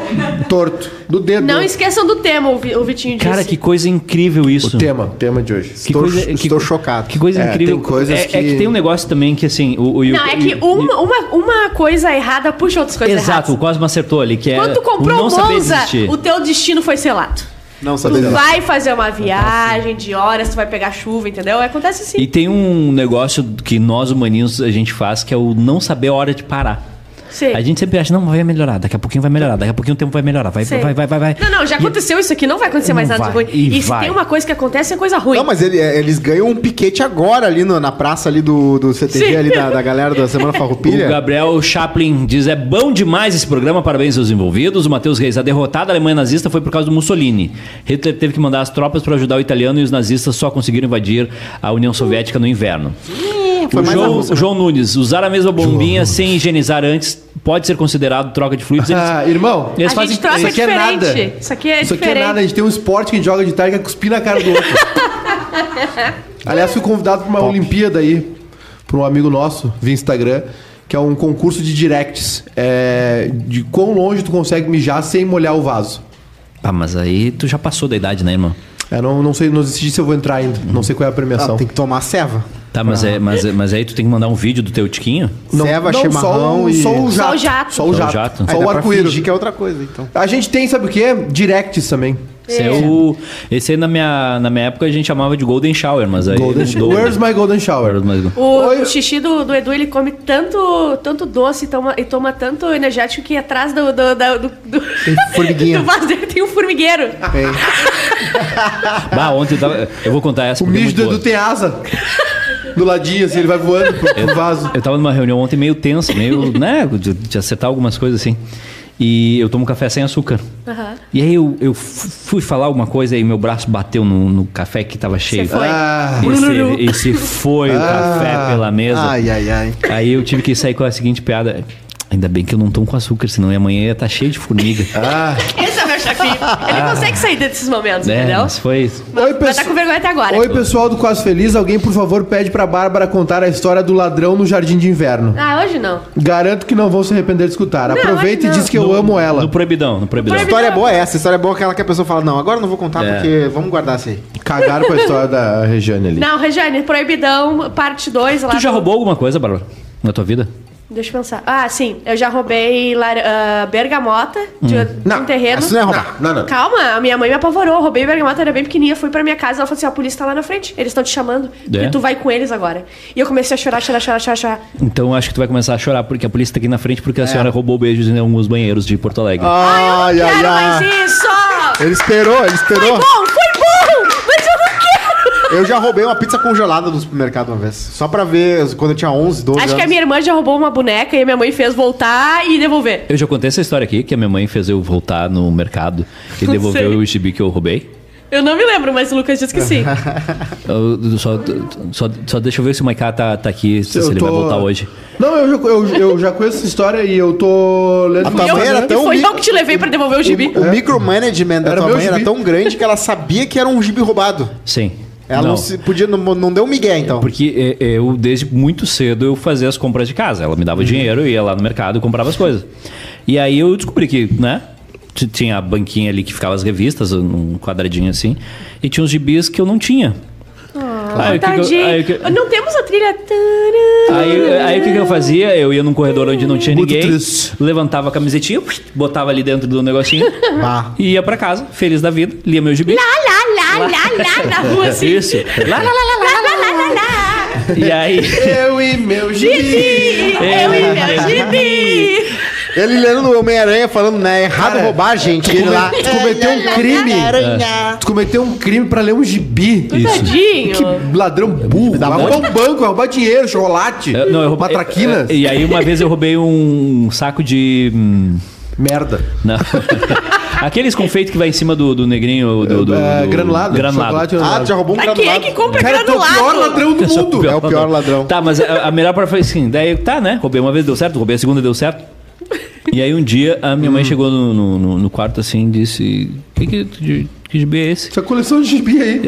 S1: Torto. Do dedo.
S3: Não esqueçam do tema, o Vi- o Vitinho disse.
S2: Cara, que coisa incrível isso.
S1: Tema, tema de hoje.
S2: Que
S4: Estou cho- estou chocado.
S2: Que coisa
S1: É,
S2: incrível.
S1: tem coisas
S2: é, é que
S1: que-
S2: tem um negócio também que assim. O, o-
S3: Não, é que
S2: o-
S3: uma, uma, uma coisa errada puxa outras coisas
S2: Exato, o
S3: erradas.
S2: Cosmo acertou ali, que é
S3: Quando tu
S2: não
S3: comprou o
S2: saber
S3: Monza,
S2: desistir.
S3: o teu destino foi selado.
S4: Não
S3: Tu
S4: sabe.
S3: vai fazer uma viagem de horas, tu vai pegar chuva, entendeu? Acontece assim.
S2: E tem um negócio que nós humaninhos a gente faz, que é o não saber a hora de parar.
S3: Sei.
S2: A gente sempre acha, não, vai melhorar, daqui a pouquinho vai melhorar, daqui a pouquinho o tempo vai melhorar, vai,
S3: Sei.
S2: vai, vai, vai, vai.
S3: Não, não, já aconteceu isso aqui, não vai acontecer mais
S2: Não
S3: nada de
S2: vai,
S3: ruim.
S2: e
S3: E, se
S2: vai.
S3: tem uma coisa que acontece, é coisa ruim.
S4: Não, mas ele- eles ganham um piquete agora ali no- na praça ali do, do CTG,
S3: Sim.
S4: ali da, da galera da Semana Farroupilha.
S2: O Gabriel Chaplin diz: é bom demais esse programa, parabéns aos envolvidos. O Matheus Reis, a derrotada Alemanha nazista foi por causa do Mussolini. Hitler teve que mandar as tropas para ajudar o italiano e os nazistas só conseguiram invadir a União Soviética no inverno.
S4: foi
S2: o
S4: mais na
S2: João,
S4: Rússia,
S2: João Nunes, usar a mesma bombinha sem higienizar antes pode ser considerado troca de fluidos. Eles,
S1: Ah, irmão,
S2: eles
S3: a
S2: fazem.
S3: gente troca
S1: isso aqui é
S3: diferente.
S1: nada.
S3: Isso aqui é
S1: isso aqui é
S3: diferente.
S1: nada. A gente tem um esporte que a gente joga de tarde que é cuspir na cara do outro. Aliás, fui convidado pra uma Olimpíada aí, por um amigo nosso, via Instagram, que é um concurso de directs. É, de quão longe tu consegue mijar sem molhar o vaso.
S2: Ah, mas aí tu já passou da idade, né, irmão?
S1: Eu não, não sei, não decidi se eu vou entrar ainda. Não sei qual é a
S4: Ah,
S1: premiação.
S4: tem que tomar ceva.
S2: Tá, mas, é, mas, é- mas aí tu tem que mandar um vídeo do teu tiquinho?
S4: Não, um, Ceva,
S1: não,
S4: chimarrão
S1: só, o-
S4: e...
S1: só o jato.
S3: jato.
S1: Só o
S2: Só o
S1: jato.
S2: jato.
S4: Aí
S1: Só
S4: dá
S1: o
S4: pra
S1: arco-íris.
S4: fingir que é outra coisa, então.
S1: A gente tem, sabe o quê? Directs também.
S2: Esse, é o, esse aí na minha, na minha época a gente chamava de Golden Shower, mas aí.
S1: Golden
S2: Golden-
S1: Where's my golden shower?
S2: Where's my-
S3: O,
S1: Oi.
S3: o xixi do, do Edu, ele come tanto, tanto doce e toma, e toma tanto energético que atrás do, do, da- do, do,
S4: Tem formiguinha.
S3: do vaso dele tem um formigueiro.
S2: Ah, Bah, ontem eu, tava- eu vou contar essa
S1: O
S2: porque é
S1: mijo do
S2: muito
S1: Edu
S2: boa.
S1: tem asa. Do ladinho, assim, ele vai voando pro, pro vaso.
S2: Eu tava numa reunião ontem meio tensa, meio, né, de, de acertar algumas coisas assim. E eu tomo um café sem açúcar. E aí eu, eu fu- fui falar alguma coisa e meu braço bateu no, no café que tava cheio.
S3: Você foi.
S1: Ah,
S2: E se- E se foi o café pela mesa.
S4: Ai, ai, ai.
S2: Aí eu tive que sair com a seguinte piada. Ainda bem que eu não tomo com açúcar, senão amanhã ia estar cheio de formiga.
S3: Esse é o meu chefinho. Ele consegue sair desses momentos,
S2: Ah. né?
S3: entendeu?
S2: Mas foi.
S1: Oi,
S3: Mas tá
S1: pessoal.
S3: com vergonha até agora.
S1: Oi, pessoal do Quase Feliz. Alguém, por favor, pede pra Bárbara contar a história do ladrão no jardim de inverno.
S3: Ah, hoje não.
S1: Garanto que não vão se arrepender de escutar. Aproveita e
S3: não.
S1: diz que eu
S2: No-
S1: amo ela.
S2: No proibidão, no proibidão.
S4: A história é boa é essa. A história é boa aquela que a pessoa fala, não, agora eu não vou contar
S2: É.
S4: porque vamos guardar essa aí.
S1: Cagaram com a história da Regiane ali.
S3: Não, Regiane, Proibidão, parte 2 lá.
S2: Tu já
S3: do-
S2: roubou alguma coisa, Bárbara? Na tua vida?
S3: Deixa eu pensar. Ah, sim. Eu já roubei lar... ah, bergamota de, de um terreno.
S4: Isso não é roubar.
S1: Não, não.
S3: Calma, a minha mãe me apavorou. eu Roubei bergamota, era bem pequenininha. Fui pra minha casa, ela falou assim: ó, a polícia tá lá na frente. Eles estão te chamando.
S2: É?
S3: E tu vai com eles agora. E eu comecei a chorar, chorar, chorar, chorar, chorar.
S2: Então acho que tu vai começar a chorar porque a polícia tá aqui na frente porque a
S5: É.
S2: senhora roubou beijos em alguns banheiros de Porto Alegre.
S4: Ai, ai,
S3: quero
S4: ai.
S3: mais isso!
S4: Ele esperou, ele
S3: Foi
S4: esperou.
S3: bom, foi bom! Mas eu não quero!
S4: Eu já roubei uma pizza congelada do supermercado uma vez. Só pra ver quando eu tinha 11, 12
S3: Acho
S4: anos.
S3: que a minha irmã já roubou uma boneca e a minha mãe fez voltar e devolver.
S2: Eu já contei essa história aqui, que a minha mãe fez eu voltar no mercado e
S3: Não
S2: devolveu
S3: sei.
S2: o gibi que eu roubei.
S3: Eu não me lembro, mas o Lucas disse que sim.
S2: Eu- só, só, só deixa eu ver se o Maiká tá, tá aqui, se,
S1: Eu
S2: ele vai
S1: tô-
S2: voltar hoje.
S1: Não, eu já, eu- eu já conheço essa história e eu tô lendo.
S4: A tua
S3: eu,
S4: mãe era
S3: e
S4: tão
S3: foi
S4: mi-
S3: eu que te levei pra devolver o gibi.
S4: O, o micromanagement da
S1: Era
S4: tua
S1: meu
S4: mãe era
S1: gibi.
S4: tão grande que ela sabia que era um gibi roubado.
S2: Sim.
S1: É
S4: Ela não, se podia, não, não deu um migué, então.
S2: Porque é, eu, desde muito cedo, eu fazia as compras de casa. Ela me
S1: Uhum.
S2: dava dinheiro, eu ia lá no mercado e comprava as coisas. E aí eu descobri que, né? t- Tinha a banquinha ali que ficava as revistas, um quadradinho assim. E tinha uns gibis que eu não tinha. aí, o que que eu, aí, o
S3: Ah, Tadinho.
S2: que,
S3: Não temos a trilha.
S2: aí-
S4: é-
S2: aí o que que eu fazia? Eu ia num corredor onde não tinha
S1: Muito
S2: ninguém,
S1: triste.
S2: levantava a camisetinha, botava ali dentro do negocinho
S4: Bah.
S2: e ia pra casa, feliz da vida, lia meu gibi.
S3: Lá, lá, lá, lá, lá, na rua, assim.
S2: Isso. Lá, lá, lá,
S3: Lá, lá, lá, lá, lá.
S2: lá. E aí.
S1: Eu e meu gibi.
S3: Eu e meu gibi.
S4: Ele lendo no Homem-Aranha falando, né? Errado roubar, gente. E ele lá. É,
S1: Tu cometeu um crime. Tu cometeu um crime pra ler um gibi.
S3: Tadinho.
S1: Que ladrão
S2: É
S1: burro.
S4: Dá
S1: Roubar um banco, roubar dinheiro, chocolate,
S2: Eu- É, não, eu é, roubei.
S1: matraquina.
S2: E aí uma vez eu roubei um saco de. hum,
S1: Merda.
S2: Não. Aqueles confeitos que vai em cima do, do negrinho do, do,
S1: É,
S2: do-
S1: granulado. Chocolate
S2: Granulado.
S4: Ah, tu já roubou um
S3: Mas quem é que
S4: granulado.
S3: compra
S1: Cara, tu é o pior
S3: granulado?
S1: ladrão do mundo.
S4: É o pior ladrão.
S2: Tá, mas a, a melhor parte foi assim, daí tá, né? Roubei uma vez, deu certo, roubei a segunda, deu certo. E aí um dia a minha mãe chegou no, no, no- no quarto assim e disse: Que que, que, que gibi é esse?
S1: Essa coleção de gibi aí.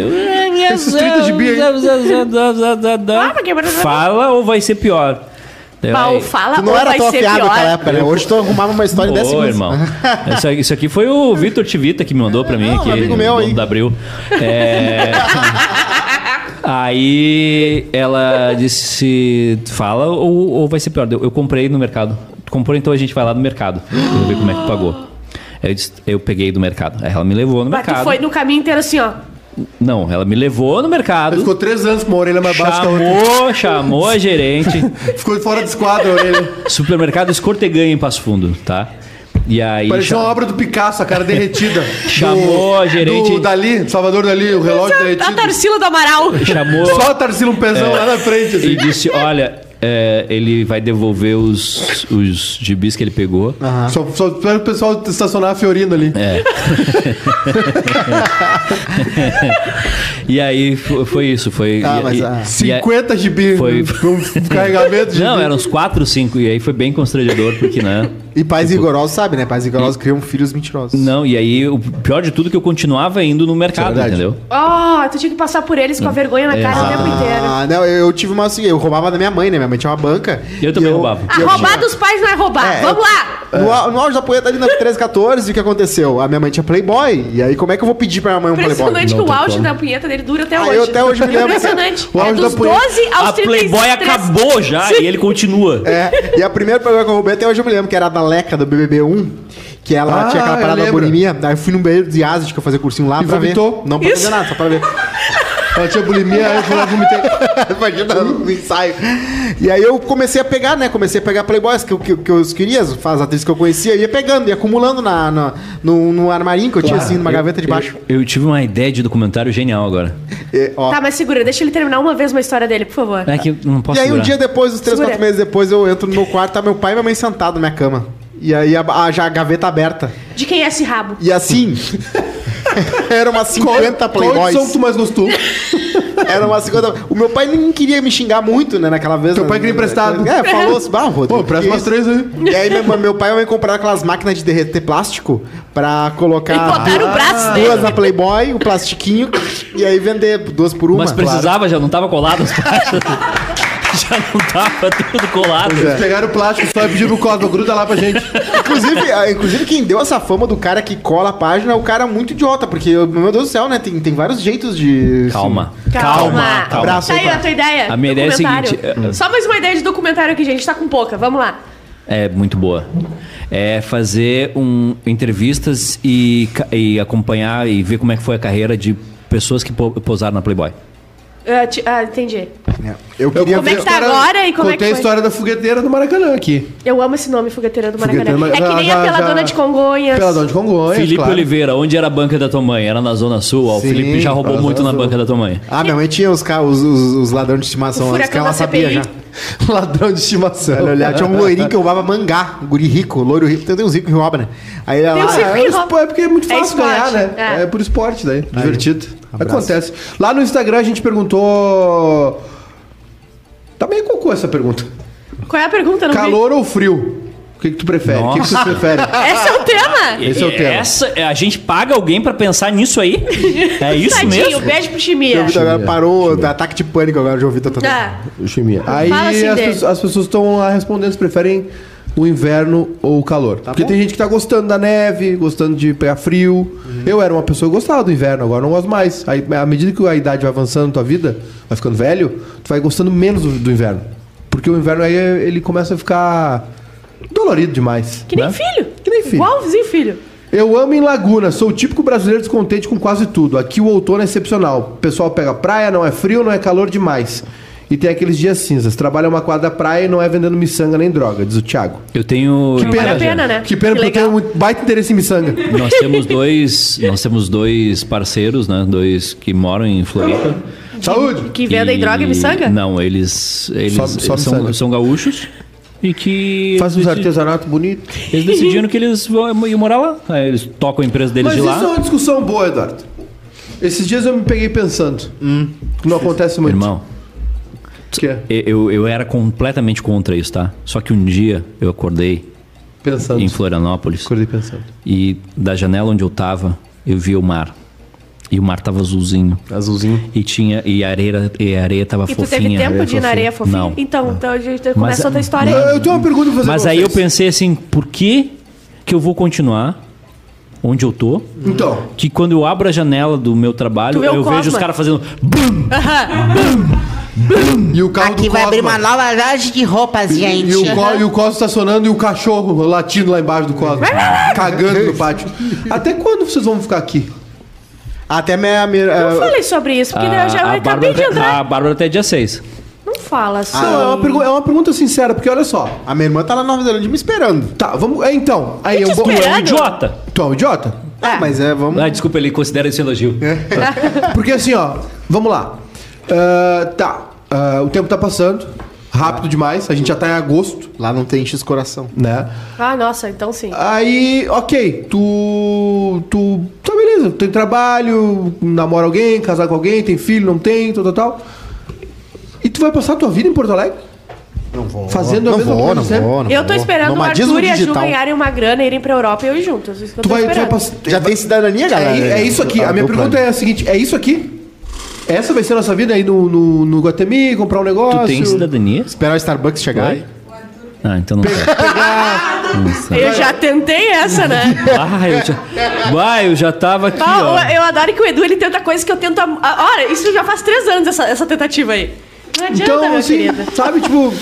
S1: Esses 30 gibi aí.
S3: Ah, é
S2: Fala ou vai ser pior? Daí eu,
S3: Pau,
S2: "Ai,
S3: fala
S4: Tu não
S3: ou
S4: era
S3: vai
S4: tão
S3: ser
S4: afiado
S3: pior.
S4: naquela época, né? Hoje tu arrumava uma história em 10
S2: Ô,
S4: segundos.
S2: irmão. Isso aqui, isso aqui foi o Vitor Tivita que me mandou pra mim.
S4: Não, um
S2: aqui,
S4: amigo meu
S2: o dono
S4: aí.
S2: da Abril. É... aí ela disse: fala ou, ou vai ser pior. Eu, eu comprei no mercado. Tu comprou, então a gente vai lá no mercado. Eu vou ver como é que tu pagou. Aí Eu, disse, eu peguei do mercado. Aí ela me levou no
S3: Mas tu
S2: mercado.
S3: foi no caminho inteiro assim, ó.
S2: Não, ela me levou no
S1: Ele
S2: mercado.
S1: Ficou três anos com uma orelha mais baixa que a outra.
S2: Chamou, chamou a gerente.
S1: Ficou fora do esquadro a orelha.
S2: Supermercado Escorteganha em Passo Fundo, tá? E aí.
S1: Parecia
S2: cha-
S1: uma obra do Picasso, a cara derretida.
S2: Chamou a gerente.
S1: Do Dali, Salvador Dali, o relógio
S3: A
S1: derretido.
S3: Tarsila Tá do Amaral.
S2: Chamou.
S1: Só a Tarsila um pezão lá na frente, assim.
S2: e disse: Olha, é, ele vai devolver os, os gibis que ele pegou.
S1: Só, só espera o pessoal estacionar a Fiorina ali.
S2: E aí fo- foi isso. Foi,
S4: Ah,
S2: e-
S4: mas,
S2: e-
S4: ah.
S2: e aí-
S1: 50 gibi.
S2: Foi-
S1: Foi... Um carregamento de
S2: Não,
S1: gibi.
S2: eram uns 4, 5. E aí foi bem constrangedor, porque, né?
S4: E pais rigorosos sabem, né? Pais rigorosos criam filhos mentirosos.
S2: Não, e aí o pior de tudo é que eu continuava indo no mercado,
S1: verdade.
S2: entendeu?
S3: Oh, tu tinha que passar por eles com a vergonha na cara o tempo inteiro.
S4: Ah, não, eu, eu tive uma assim, eu roubava da minha mãe, né? Minha mãe tinha uma banca.
S2: Eu também roubava.
S3: Ah, roubar dos pais não é roubar.
S4: É,
S3: Vamos
S4: eu-
S3: lá!
S4: No, au- no auge da poeta ali na 13, 14, o que aconteceu? A minha mãe tinha Playboy. E aí, como é que eu vou pedir pra minha mãe um Playboy?
S3: Impressionante que o
S1: tem
S3: auge
S1: como.
S3: da punheta dele dura até
S4: Ah,
S3: hoje.
S4: eu até hoje me lembro.
S3: Impressionante.
S1: O
S3: É
S1: auge
S3: dos
S1: da punheta.
S3: 12 aos
S2: A Playboy
S3: 33.
S2: acabou já e ele continua.
S4: É, e a primeira Playboy que eu roubei até hoje eu me lembro, que era da Leca do BBB1. Que ela
S1: Ah,
S4: tinha aquela
S1: eu
S4: parada da
S1: lembro.
S4: bulimia. Aí eu fui no banheiro de Asas que eu fazia cursinho lá
S1: E
S4: pra
S1: vomitou?
S4: ver. Não pra
S3: Isso.
S4: fazer nada, só pra ver.
S1: Ela tinha bulimia, aí eu fui lá vomitei.
S4: Imagina
S1: um
S4: no ensaio. Uhum. E aí eu comecei a pegar, né? Comecei a pegar playboys que, eu- que, eu- que eu queria, as atrizes que eu conhecia, eu ia pegando, ia acumulando na, na- no, no armarinho que eu tinha, assim, numa gaveta de baixo.
S2: Eu tive uma ideia de documentário genial agora.
S4: E, ó.
S3: Tá, mas segura, deixa ele terminar uma vez uma história dele, por favor.
S2: É que eu não posso
S4: E aí um
S2: segurar.
S4: dia depois, uns três,
S3: Segura.
S4: quatro meses depois, eu entro no meu quarto, tá meu pai e minha mãe sentados na minha cama. E aí a, a- já a gaveta aberta.
S3: De quem é esse rabo?
S4: E assim. eram umas 50
S1: Qual
S4: playboys.
S1: edição que tu mais gostou?
S4: Era uma segunda. O meu pai nem queria me xingar muito, né, naquela vez.
S1: Teu
S4: né,
S1: pai queria emprestado.
S4: É, falou assim, bah, Rodrigo.
S1: Pô, presta
S4: que
S1: umas
S4: isso?"
S1: três aí.
S4: E aí meu, meu pai vai comprar aquelas máquinas de derreter plástico pra colocar.
S3: E botaram o braço
S4: Duas
S3: dele.
S4: na Playboy, o plastiquinho, e aí vender duas por uma.
S2: Mas precisava, já não tava colado as partes. já não tava tudo colado.
S1: Eles pegaram o plástico só e pediram pro Cosmo, gruda lá pra gente.
S4: Inclusive, ah, inclusive, quem deu essa fama do cara que cola a página é o cara muito idiota, porque, meu Deus do céu, né? Tem, tem vários jeitos de.
S2: Calma.
S4: Abraço
S3: Tá
S4: aí,
S3: aí a
S4: cara.
S3: tua ideia?
S2: A minha ideia é a
S3: Documentário.
S2: seguinte, é-
S3: Só mais uma ideia de documentário aqui, gente. Tá com pouca. Vamos lá.
S2: É muito boa. É fazer um, entrevistas e, ca- e acompanhar e ver como é que foi a carreira de pessoas que po- posaram na Playboy.
S3: Ah, ti- ah, entendi.
S4: Assim. Eu queria
S3: Como é
S4: ver.
S3: que tá agora e como é que
S1: Contei a
S3: foi?
S1: história da fogueteira do Maracanã aqui.
S3: Eu amo esse nome, Fogueteira do Maracanã.
S1: Fogueteira do Maracanã. Ah,
S3: É que nem
S1: Já-
S3: a Pela
S1: já-
S3: Dona de Congonhas.
S1: Pela Dona de Congonhas,
S2: Felipe
S1: claro.
S2: Oliveira, onde era a banca da tua mãe? Era na Zona Sul? ó, o
S4: Sim,
S2: Felipe já
S4: na
S2: roubou muito
S4: Zona
S2: na banca da tua mãe.
S4: Ah, minha mãe tinha os, ca- os, os, os ladrões de estimação
S3: O
S4: antes que
S3: furacão
S4: ela
S3: da
S4: sabia
S3: CPI.
S4: já.
S1: Ladrão de estimação.
S4: Ela olhava, tinha um loirinho que roubava mangá, um guri rico, loiro rico, tem tem uns ricos que roubam, né? Aí ela
S3: Tem uns
S4: lá,
S3: ricos.
S1: Ah, é, um espo- é porque é muito
S3: É
S1: fácil ganhar,
S3: esporte,
S1: né?
S3: é.
S1: É. por esporte daí. Divertido.
S4: abraço.
S1: Acontece. Lá no Instagram a gente perguntou. Tá meio cocô essa pergunta.
S3: Qual é a pergunta? Eu Não vi.
S1: Calor ou frio? O que, que tu prefere? O que, que tu
S2: Nossa.
S1: prefere?
S3: Esse é o tema?
S1: Esse é o
S2: E-
S1: tema.
S2: Essa, é, a gente paga alguém pra pensar nisso aí? É isso
S3: Tadinho,
S2: mesmo?
S3: beijo pro Chimia.
S4: João Vitor agora parou, do ataque de pânico agora, João Vitor também.
S3: Ah,
S1: Chimia. Aí
S3: Fala assim
S1: as,
S3: dele.
S1: pe- as pessoas estão lá respondendo se preferem o inverno ou o calor. Porque
S4: bom.
S1: tem gente que tá gostando da neve, gostando de pegar frio. Eu era uma pessoa que gostava do inverno, agora não gosto mais. Aí, à medida que a idade vai avançando na tua vida, vai ficando velho, tu vai gostando menos do, do inverno. Porque o inverno aí ele começa a ficar dolorido demais.
S3: que nem
S1: né?
S3: filho.
S1: Que nem filho.
S3: Igualzinho filho.
S1: Eu amo em Laguna, sou o típico brasileiro descontente com quase tudo. Aqui o outono é excepcional. O pessoal pega praia, não é frio, não é calor demais. E tem aqueles dias cinzas. Trabalha uma quadra da praia e não é vendendo miçanga nem droga, diz o Thiago.
S2: Eu tenho.
S1: Que
S3: vale a
S1: pena,
S3: pena, né?
S1: né? Que pena,
S3: Que
S1: porque eu tenho
S3: legal.
S1: muito baita interesse em miçanga.
S2: Nós temos dois. Nós temos dois parceiros, né? Dois que moram em Floripa.
S1: Saúde!
S3: Que vendem droga e miçanga?
S2: Não, eles. Eles
S1: Só- só
S2: são,
S1: miçanga.
S2: são gaúchos. E que.
S1: Faz uns
S2: eles,
S1: artesanatos bonitos.
S2: eles decidiram que eles vão iam morar lá. Aí Eles tocam a empresa deles
S1: Mas
S2: de
S1: isso é
S2: lá.
S1: uma discussão boa, Eduardo. Esses dias eu me peguei pensando. que não acontece muito.
S2: Hum. Irmão,
S1: Que é?
S2: eu, eu era completamente contra isso, tá? Só que um dia eu acordei
S1: Pensando.
S2: em Florianópolis
S1: Acordei pensando.
S2: e da janela onde eu tava, eu via o mar. E o mar tava azulzinho.
S1: Azulzinho.
S2: E tinha. E a areia, e a areia tava
S3: E tu
S2: fofinha.
S3: teve tempo de ir na areia fofinha?
S2: Não.
S3: Então, então a gente começa
S2: Mas-
S3: outra história
S1: Eu,
S3: aí.
S1: eu tenho uma pergunta pra fazer
S2: Mas
S1: pra
S2: aí eu
S1: vocês.
S2: pensei assim, por que que eu vou continuar onde eu tô?
S1: Então,
S2: Que quando eu abro a janela do meu
S3: Tu
S2: trabalho,
S3: vê o
S2: eu
S3: Cosma.
S2: vejo os caras fazendo BUM!
S1: e o carro
S6: Aqui
S1: do
S6: vai abrir
S1: Cosma?
S6: uma nova loja de roupas, gente.
S1: E o, co, e o Cosmo estacionando e o cachorro latindo lá embaixo do Cosmo. cagando no pátio. Até quando vocês vão ficar aqui?
S4: Até minha. minha
S3: Não
S4: ah,
S3: falei sobre isso, porque eu já
S5: "Ah,
S2: a,
S3: acabei
S2: Bárbara,
S5: tá-"
S3: de entrar.
S2: a Bárbara até dia 6.
S3: Não fala só.
S1: Não, é uma, pergu- é uma pergunta sincera, porque olha só.
S4: a minha irmã tá lá na Nova Zelândia me esperando.
S1: Tá, vamos. é, então. Aí
S3: Que
S1: eu vou.
S2: Tu é um
S3: Esperando?
S2: idiota!
S1: Tu é um idiota?
S4: Ah, mas é, vamos.
S2: Ah, desculpa, ele considera
S5: um
S2: esse elogio.
S1: Porque assim, ó, vamos lá. Ah, tá. Ah, o tempo tá passando. Rápido demais. A gente já tá em agosto,
S4: Lá não tem X coração.
S1: né?
S3: Ah, nossa, então sim.
S1: Aí, ok, tu. Tu. Tá beleza, tem trabalho, namora alguém, casar com alguém, tem filho, não tem, tal, tal, tal. E tu vai passar a tua vida em Porto Alegre?
S4: Não vou.
S1: Fazendo a
S4: não
S1: mesma
S4: vou,
S1: coisa
S4: não
S1: sempre.
S4: Vou, não
S3: Eu tô
S4: vou.
S3: esperando o
S4: Nomadismo
S3: Arthur e a Ju
S4: digital.
S3: ganharem uma grana, irem pra Europa e eu ir junto. Isso que eu
S1: Tu
S3: tô
S1: vai, tu vai
S3: esperando.
S1: passar.
S4: Já tem cidadania, galera? Ah,
S1: É, é isso aqui. A minha pergunta é a seguinte: é isso aqui? Essa vai ser a nossa vida aí no, no, no Guatemi, comprar um negócio?
S5: Tu tem
S1: é
S5: cidadania?
S4: Esperar o Starbucks chegar.
S5: Vai. Ah, então não sei. Não sei.
S3: Eu já tentei essa, né?
S5: Ah, eu já... Vai, eu já tava aqui,
S3: Ó,
S5: ó.
S3: eu adoro que o Tá, Edu ele tenta coisa que eu tento. há- há- Olha, isso já faz três anos essa, essa tentativa aí. Não adianta,
S1: Então,
S3: meu
S1: assim,
S3: querido.
S1: sabe, tipo.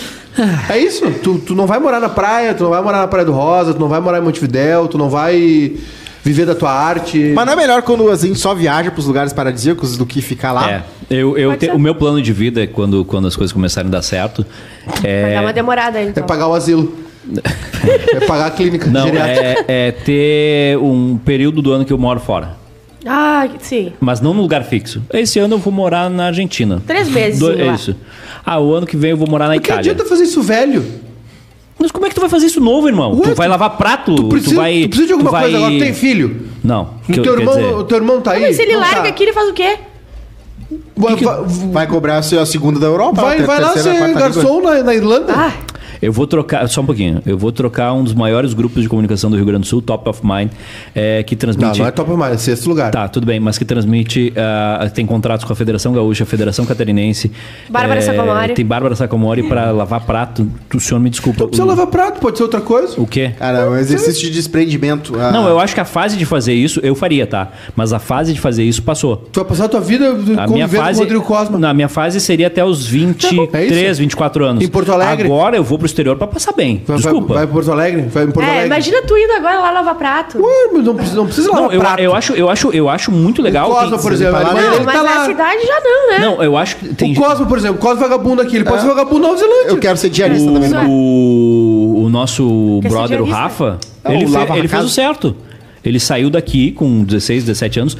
S1: É isso, tu, tu não vai morar na praia, tu não vai morar na Praia do Rosa, tu não vai morar em Montevidéu, tu não vai viver da tua arte.
S4: Mas não é melhor quando a gente só viaja pros lugares paradisíacos do que ficar lá?
S5: É, eu, eu
S3: Pode
S5: te-
S3: ser.
S5: o meu plano de vida, é quando, quando as coisas começarem a dar certo,
S3: Vai dar
S5: é.
S3: uma demorada aí,
S1: É
S3: então.
S1: pagar o asilo. é pagar a clínica
S5: Não,
S1: geriátrica.
S5: é, é ter um período do ano que eu moro fora.
S3: Ah, sim.
S5: Mas não num lugar fixo. Esse ano eu vou morar na Argentina.
S3: Três meses,
S5: Do,
S3: sim,
S5: é
S3: lá.
S5: isso. Ah, o ano que vem eu vou morar na
S1: Por que
S5: Itália.
S1: adianta fazer isso velho?
S5: Mas como é que tu vai fazer isso novo, irmão?
S1: Ué,
S5: tu vai
S1: tu-
S5: lavar prato,
S1: Tu
S5: tu,
S1: precisa,
S5: vai.
S1: tu precisa de alguma
S5: tu vai-
S1: coisa agora, tu tem filho.
S5: Não.
S1: O
S5: que eu-
S1: teu,
S5: quer
S1: irmão,
S5: dizer-
S1: o teu irmão tá aí.
S3: Ah, Mas se ele
S1: não
S3: larga
S1: tá.
S3: aqui, ele faz o quê?
S1: Vai, vai-
S4: Vai cobrar a sua- a segunda da Europa?
S1: vai,
S4: ter-
S1: vai lá
S4: Tá, terceira,
S1: ser
S4: quarta língua.
S1: garçom na, na Irlanda.
S3: Ah,
S5: Eu vou trocar, só um pouquinho, eu vou trocar um dos maiores grupos de comunicação do Rio Grande do Sul, Top of Mind, é, que
S1: não,
S5: transmite.
S1: não é top mais, é sexto lugar.
S5: Tá, tudo bem, mas que transmite, ah, tem contratos com a Federação Gaúcha, a Federação Catarinense.
S2: É,
S3: Bárbara Sacomori.
S5: é, Tem Bárbara Sacomori pra lavar prato. Tu- O senhor me desculpa.
S1: Não precisa
S5: o,
S1: lavar prato, pode ser outra coisa.
S5: um- o quê?
S4: Cara, é um exercício de desprendimento. ah.
S5: Não, eu acho que a fase de fazer isso, eu faria, tá? Mas a fase de fazer isso passou.
S1: Tu vai passar a tua vida
S5: A minha
S1: convivendo
S5: fase.
S1: com o Rodrigo Cosma.
S5: Na minha fase seria até
S1: É
S5: os 23, 24 anos.
S1: Em Porto Alegre?
S5: Agora eu vou pro exterior pra passar bem.
S1: Vai, vai,
S5: Desculpa.
S1: vai pra Porto Alegre? Vai em Porto
S3: é,
S1: Alegre. Uh,
S3: imagina tu indo agora lá lavar prato.
S1: Ué, mas não precisa, não precisa lavar
S5: Não, eu,
S1: prato.
S5: eu acho, eu, acho, eu acho muito legal.
S1: o Cosma,
S5: quem-
S1: por exemplo,
S4: Não,
S1: a irmã
S3: não,
S1: dele
S3: mas
S1: tá
S3: na
S1: lá.
S3: cidade já não, né?
S5: Não, eu acho que tem
S1: O Cosmo, por exemplo, o Cosmo é vagabundo aqui, ele
S3: Ah.
S1: pode ser vagabundo na Nova Zelândia.
S4: Eu quero ser diarista também.
S1: tá
S3: Ué.
S5: o, o nosso
S3: Quer ser
S5: brother, o
S3: diarista?
S5: Rafa,
S4: Ah,
S5: ele,
S4: o
S5: fe-
S4: Lava
S5: ele fez
S4: Casa.
S5: o certo. Ele saiu daqui com 16, 17 anos.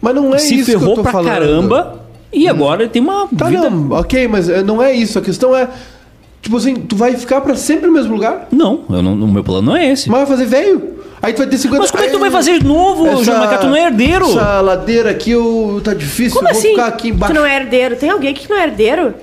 S1: Mas não é
S5: se
S1: isso que eu
S5: ferrou
S1: tô
S5: pra
S1: falando.
S5: caramba e agora ele tem uma
S1: Hum. Tá,
S5: vida. Não.
S1: não, ok, mas eh, não é isso. A questão é, tipo assim, tu vai ficar pra sempre no mesmo lugar?
S5: eu não- o meu plano não é esse. Mas,
S1: Mas vai fazer velho? Aí tu vai ter 50...
S5: como é que tu vai
S1: Ai,
S5: fazer de novo,
S1: essa-
S5: João Macato? Tu não é herdeiro.
S1: Essa ladeira aqui eu, tá difícil,
S3: Como
S1: eu vou
S3: assim?
S1: ficar aqui embaixo. Ah,
S3: Tu não é herdeiro? Tem alguém que não é herdeiro?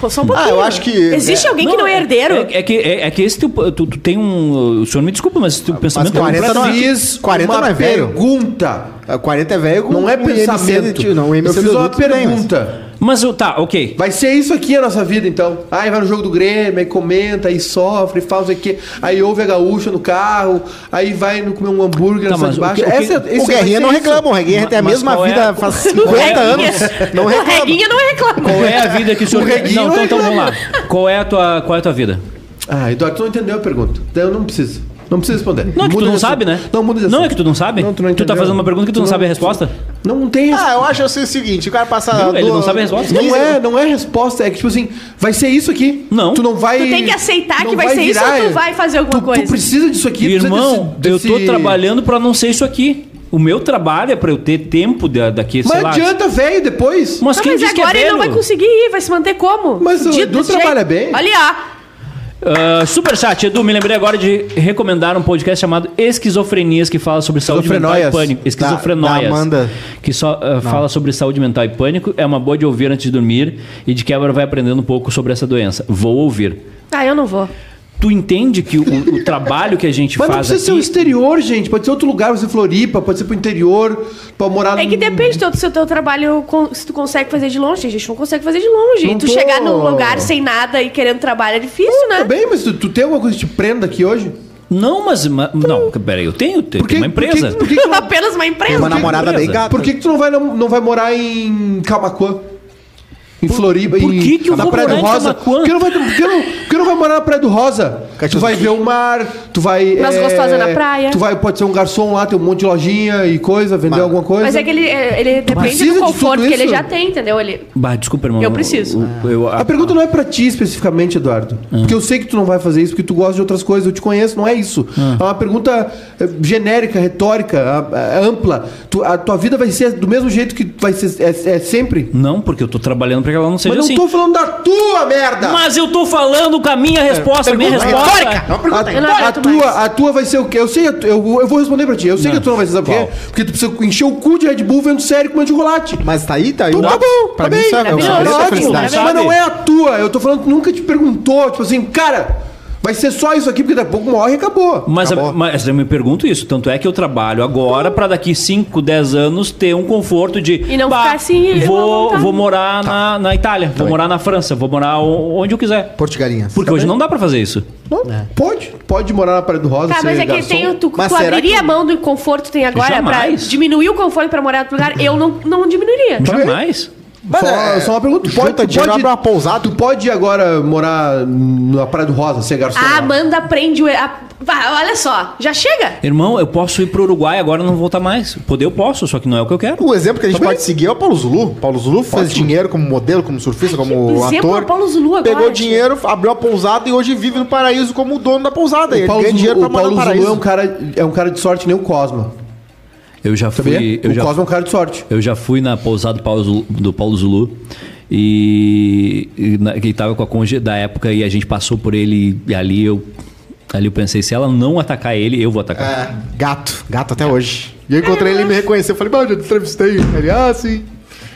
S3: Pô, só um pouquinho.
S4: eu acho que-
S3: Existe alguém que não é herdeiro?
S5: É, é que, é, é que esse teu, tu, tu tem um. O senhor me desculpa, mas
S1: Ah,
S5: esse teu pensamento é
S4: 40 não é-
S5: completamente-
S1: Fiz
S4: 40
S1: uma
S4: não é velho.
S1: pergunta.
S4: Ah, 40 é velho com
S1: Não é
S4: um IMC
S1: pensamento.
S4: de-
S5: é
S4: não,
S1: eu
S4: um MC
S1: fiz
S4: do
S1: uma
S4: adulto tem, mas-
S1: pergunta.
S5: Mas eu, tá, ok.
S1: Vai ser isso aqui a nossa vida, então. Aí vai no jogo do Grêmio, aí comenta, aí sofre, faz não sei o quê. Aí ouve a gaúcha no carro, aí vai no comer um hambúrguer na
S5: Tá, mas
S1: cidade
S5: o
S1: baixa.
S5: que- o que-
S1: Essa- esse
S4: O
S1: vai
S4: Guerrinha
S1: ser
S4: não
S1: isso.
S4: reclama, o Guerrinha tem a
S5: Mas
S4: mesma
S5: qual é
S4: vida
S5: a-
S4: faz
S3: O
S4: 50 anos.
S3: Reguinha-
S4: Não
S3: O Reguinha
S4: reclama.
S3: é. não reclama.
S5: Qual é a vida que o senhor.
S1: O Reguinho
S5: não, então, então
S1: vai
S5: vamos lá. Qual é a tua, qual é a tua vida?
S1: Ah, Eduardo, tu não entendeu a pergunta. Então eu não preciso. Não precisa responder.
S5: Não, é que
S1: Muda
S5: tu não
S1: de assunto.
S5: sabe, né?
S1: Não, muda de
S5: Não,
S1: assunto.
S5: é que tu não sabe?
S1: Não, tu não
S5: tá
S1: entendeu.
S5: fazendo uma pergunta que tu, não, sabe a resposta?
S1: Não tem
S4: Ah, eu acho assim o seguinte, o cara passa...
S5: Não, ele
S4: do-
S5: não sabe a resposta.
S1: Não é, não é resposta, é que tipo assim, vai ser isso aqui.
S5: Não.
S1: Tu não vai.
S3: Tu tem que aceitar
S1: não
S3: que vai ser isso ou tu vai fazer alguma
S1: tu,
S3: coisa?
S1: Tu precisa disso aqui, tu precisa
S5: Irmão,
S1: desse-
S5: eu tô
S1: desse-
S5: trabalhando pra não ser isso aqui. O meu trabalho é pra eu ter tempo da, daqui, sei
S1: Mas
S5: lá.
S1: adianta, velho, depois.
S5: Mas
S3: Não,
S5: quem
S3: Ah, mas
S5: diz que é
S3: agora ele não vai
S5: velho?
S3: conseguir ir, vai se manter como?
S1: Mas o
S3: Fudido
S1: Edu
S3: desse
S1: trabalha
S3: jeito.
S1: bem.
S3: Olha, ó.
S5: Ah, Superchat, Edu, me lembrei agora de recomendar um podcast chamado Esquizofrenias, que fala sobre saúde mental e
S1: Esquizofrenóias.
S5: pânico.
S4: Da-
S5: Esquizofrenóias.
S4: da Amanda.
S5: Que só ah, fala sobre saúde mental e pânico. É uma boa de ouvir antes de dormir e de quebra vai aprendendo um pouco sobre essa doença. Vou ouvir.
S3: Ah, eu não vou.
S5: Tu entende que o, o trabalho que a gente
S1: Mas não
S5: faz
S1: precisa ser o
S5: aqui...
S1: exterior, gente. Pode ser outro lugar, pode ser Floripa, pode ser pro interior, pode morar
S3: É que
S1: num-
S3: depende do seu teu trabalho, com- se tu consegue fazer de longe. A gente não consegue fazer de longe.
S1: Não
S3: e tu
S1: tô- Uh,
S3: chegar num lugar sem nada e querendo trabalho é difícil, né?
S1: Tudo bem, mas tu, tu tem alguma coisa que te prenda aqui hoje?
S5: Não, mas... ma- não, peraí, eu tenho, tenho uma empresa.
S1: Por que, por que, que tu não-
S3: Apenas uma empresa.
S4: Uma namorada bem
S5: Beleza.
S4: gata.
S1: por que que tu não vai, não, não vai morar em Camacuã? Em Floripa,
S5: por
S1: em,
S5: que que eu
S1: na
S5: vou
S1: Praia do
S5: morar em
S1: Rosa?
S5: Camaquã?
S1: Por que não vai, por que não, por que não vai morar na Praia do Rosa?
S4: Caxias
S1: tu vai
S4: do
S1: ver o mar, tu vai... é,
S3: Mas gostosa na praia.
S1: Tu vai, pode ser um garçom lá, tem um monte de lojinha e coisa, vender
S4: Mas-
S1: alguma coisa.
S3: Mas é que ele, é, ele depende
S1: precisa
S3: do
S1: de
S3: conforto
S1: tudo
S3: que ele
S1: isso?
S3: já tem, entendeu? Ele...
S5: Bah, desculpa, irmão.
S3: Eu preciso.
S5: Eu- eu-
S2: Ah,
S1: A pergunta não é pra ti especificamente, Eduardo. Porque eu sei que tu não vai fazer isso, porque tu gosta de outras coisas, eu te conheço, não é isso. É uma pergunta eh, genérica, retórica, a- a- ampla. Tu- a tua vida vai ser do mesmo jeito que vai ser é, é sempre.
S5: Não, porque eu tô trabalhando pra que ela não seja
S1: Mas não
S5: assim.
S1: tô falando da tua merda!
S5: Mas eu tô falando com a
S1: É,
S2: minha resposta, minha
S4: Pergunta
S2: resposta.
S4: retórica. É uma pergunta
S1: A,
S3: Eu não
S1: a
S3: aguento
S1: tua,
S3: mais.
S1: a tua vai ser o quê? Eu sei, a tu- eu, eu vou responder pra ti. Eu sei que a tua não vai ser, sabe por quê? Porque tu precisa encher o cu de Red Bull vendo série comendo chocolate.
S4: Mas tá aí, tá aí.
S1: Então tá bom,
S4: Pra
S1: tá
S4: mim
S1: bem.
S4: isso é, é o
S3: Maravilhoso.
S4: segredo da
S1: ótimo,
S4: felicidade.
S1: mas não é a tua. Eu tô falando que nunca te perguntou, tipo assim, cara, vai ser só isso aqui, porque daqui a pouco morre e acabou.
S2: Mas,
S4: Acabou.
S2: mas eu me pergunto isso. Tanto é que eu trabalho agora pra daqui 5, 10 anos ter um conforto de.
S3: E não
S2: "Bah,
S3: ficar assim, uma
S2: Vou,
S3: vontade."
S2: vou morar na, na Itália, vou morar na França, vou morar o- onde eu quiser.
S4: Portigalinhas.
S2: Porque hoje não dá pra fazer isso.
S1: Não,
S4: É.
S1: Pode, pode morar na parede do rosa.
S3: Tá, mas
S1: ser
S3: é que
S1: garçom.
S3: tem, o- tu,
S4: Mas
S3: tu
S4: será
S3: abriria
S4: que-
S3: a mão do conforto que tem agora
S2: Jamais.
S3: pra diminuir o conforto pra morar em outro lugar? Eu não, não diminuiria.
S2: Jamais.
S1: Mas só,
S4: é-
S1: só uma pergunta. Tu
S4: Junta
S1: pode, tu
S4: dinheiro,
S1: pode,
S4: abre uma pousada.
S1: tu pode agora morar na Praia do Rosa, ser garçom.
S3: A
S1: lá.
S3: Amanda prende o. A, Vá, olha só, já chega?
S2: Irmão, eu posso ir pro Uruguai agora e não voltar mais. Poder eu posso, só que não é o que eu quero.
S4: O exemplo que a gente
S1: Tá bem.
S4: pode seguir é o Paulo Zulu. Paulo Zulu fez dinheiro como modelo, como surfista, como
S3: exemplo
S4: ator.
S3: é o Paulo Zulu agora,
S4: Pegou
S3: gente.
S4: dinheiro, abriu a pousada e hoje vive no paraíso como o dono da pousada.
S1: O
S4: ele
S1: Paulo,
S4: ganha dinheiro
S1: Zulu,
S4: pra
S1: o
S4: morar no
S1: Paulo Zulu
S4: paraíso.
S1: é um, cara, é um cara de sorte, nem o Cosma.
S2: Eu já
S1: Sabia?
S2: fui. Eu
S1: o
S2: já,
S1: Cosma é um cara de sorte.
S2: eu já fui na pousada do Paulo Zulu, do Paulo Zulu e, e na- que tava com a conge da época e a gente passou por ele e ali eu. Ali eu pensei, se ela não atacar ele, eu vou atacar.
S4: É, gato, gato até hoje. E eu encontrei ele e me reconheceu. Eu Falei, mano, eu te entrevistei. Ele, ah, sim.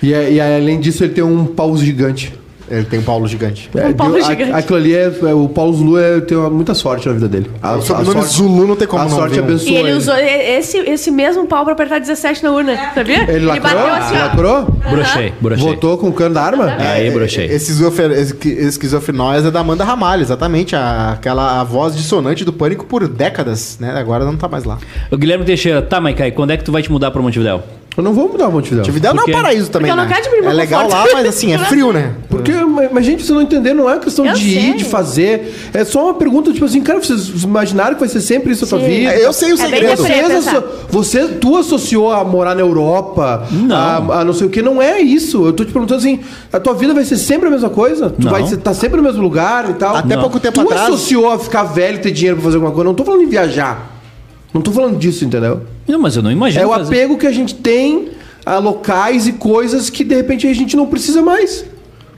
S1: E, é- e além disso, ele tem um pau gigante.
S4: Ele tem um Paulo gigante.
S1: É,
S3: pau
S1: deu- a-
S3: gigante.
S1: aquilo ali é, é- O Paulo Zulu é, tem uma- muita sorte na vida dele. A,
S4: O sobrenome Zulu não tem como
S1: a
S4: não
S1: sorte
S4: vir um-
S1: abençoa.
S3: E ele usou e- esse, esse mesmo pau pra apertar 17 na urna, sabia?
S1: Ele lacrou?
S3: bateu assim, ó.
S1: lacrou?
S2: Brochei, brochei.
S1: Votou com o cano da arma?
S2: Aí,
S1: é,
S2: brochei.
S4: Esse esquizofer- esqui- esquizofrenóis é da Amanda Ramalho, exatamente. a- aquela a voz dissonante do pânico por décadas, né? Agora não tá mais lá.
S1: é.
S2: O Guilherme Teixeira, tá, Maikai, quando é que tu vai te mudar pra Montevidéu?
S1: Eu não vou mudar o Montevidéu.
S4: Tividel não é um
S2: quê?
S4: paraíso
S3: Porque
S4: também,
S3: eu
S4: né?
S3: não quero diminuir
S4: É
S3: meu
S4: legal lá,
S3: conforto.
S4: mas assim, é frio, né?
S1: Porque, mas, mas, gente, vocês não entender, não é uma questão
S3: Eu
S1: de
S3: sei.
S1: ir, de fazer. É só uma pergunta, tipo assim, cara, vocês imaginaram que vai ser sempre isso a tua
S3: Sim.
S1: vida?
S4: É, Eu sei o
S3: É bem
S4: segredo.
S3: diferente.
S1: Vocês
S3: pensar.
S1: asso- você, tu associou a morar na Europa,
S2: Não.
S1: A, a não sei o que, não é isso. Eu tô te perguntando assim, a tua vida vai ser sempre a mesma coisa? Tu
S2: Não.
S1: vai estar sempre no mesmo lugar e tal?
S4: Até Não. pouco tempo
S1: tu
S4: atrás-
S1: Tu associou a ficar velho e ter dinheiro pra fazer alguma coisa. Não tô falando em viajar. Não tô falando disso, entendeu?
S2: Não, mas eu não imagino.
S1: é o
S2: fazer-
S1: apego que a gente tem a locais e coisas que de repente a gente não precisa mais.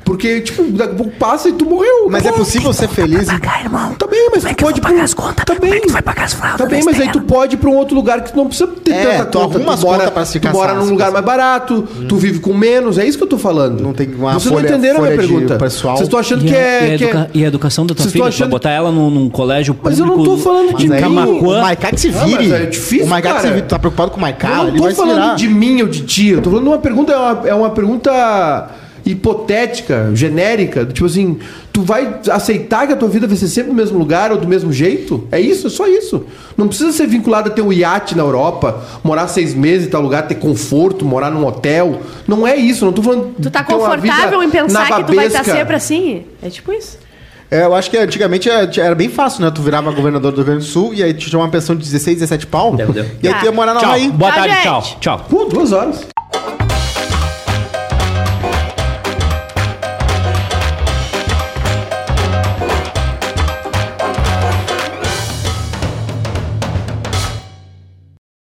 S1: Porque, tipo, daqui a pouco passa e tu morreu.
S4: Mas é
S1: Acabou.
S4: possível ser feliz em
S5: Pagar, irmão.
S1: Tá bem, mas
S5: Como é
S1: tu pode
S5: que eu vou
S1: ir pra
S5: pagar
S1: um-
S5: as contas?
S1: Tá
S5: Como é
S1: bem.
S5: que tu vai pagar as fraldas
S1: Tá bem,
S5: da
S1: mas aí tu
S5: Estela?
S1: pode ir pra um outro lugar que tu não precisa ter
S4: É,
S1: tanta
S4: tu
S1: conta.
S4: arruma as
S1: mora,
S4: contas pra se
S1: tu mora
S4: caçar,
S1: num
S4: se
S1: lugar
S4: caçar.
S1: mais barato, tu vive com menos, é isso que eu tô falando.
S4: Não tem uma
S1: Vocês não
S4: folha-
S1: entenderam a minha
S4: folha de
S1: pergunta.
S4: pessoal.
S1: Vocês estão achando
S2: E
S1: que
S2: a,
S1: é.
S2: e a
S1: que é-
S2: educa- e a educação da tua
S1: Vocês
S2: filha?
S1: tão
S2: Tu Vai
S1: achando-
S2: botar ela num, num colégio público
S1: Mas eu não tô falando de
S2: de
S1: mim.
S4: O
S2: Camacuã?
S4: Maiká que se
S1: Ah,
S4: vire.
S1: mas é difícil,
S4: o Maiká que se
S1: cara.
S4: vire. Tu tá preocupado com o Maiká?
S1: Eu não
S4: Ele
S1: tô
S4: vai se virar.
S1: falando de mim ou de ti, eu tô falando de uma pergunta, é uma, é uma pergunta hipotética, genérica, do tipo assim, tu vai aceitar que a tua vida vai ser sempre no mesmo lugar ou do mesmo jeito? É isso, é só isso. Não precisa ser vinculado a ter um iate na Europa, morar seis meses em tal lugar, ter conforto, morar num hotel. Não é isso, não tô falando.
S3: Tu tá
S1: de ter uma Então vida
S3: confortável em pensar que tu vai estar
S1: nababesca.
S3: sempre assim? É tipo isso.
S4: É, eu acho que antigamente era era bem fácil, né? Tu virava governador do Rio Grande do Sul e aí te chamava uma pensão de 16, 17 pau.
S2: Deu, deu.
S4: E aí tu ia morar na
S2: Tchau,
S4: Havaí.
S2: boa
S3: Tá,
S2: tarde,
S3: gente.
S2: tchau, tchau.
S1: Pô, duas horas.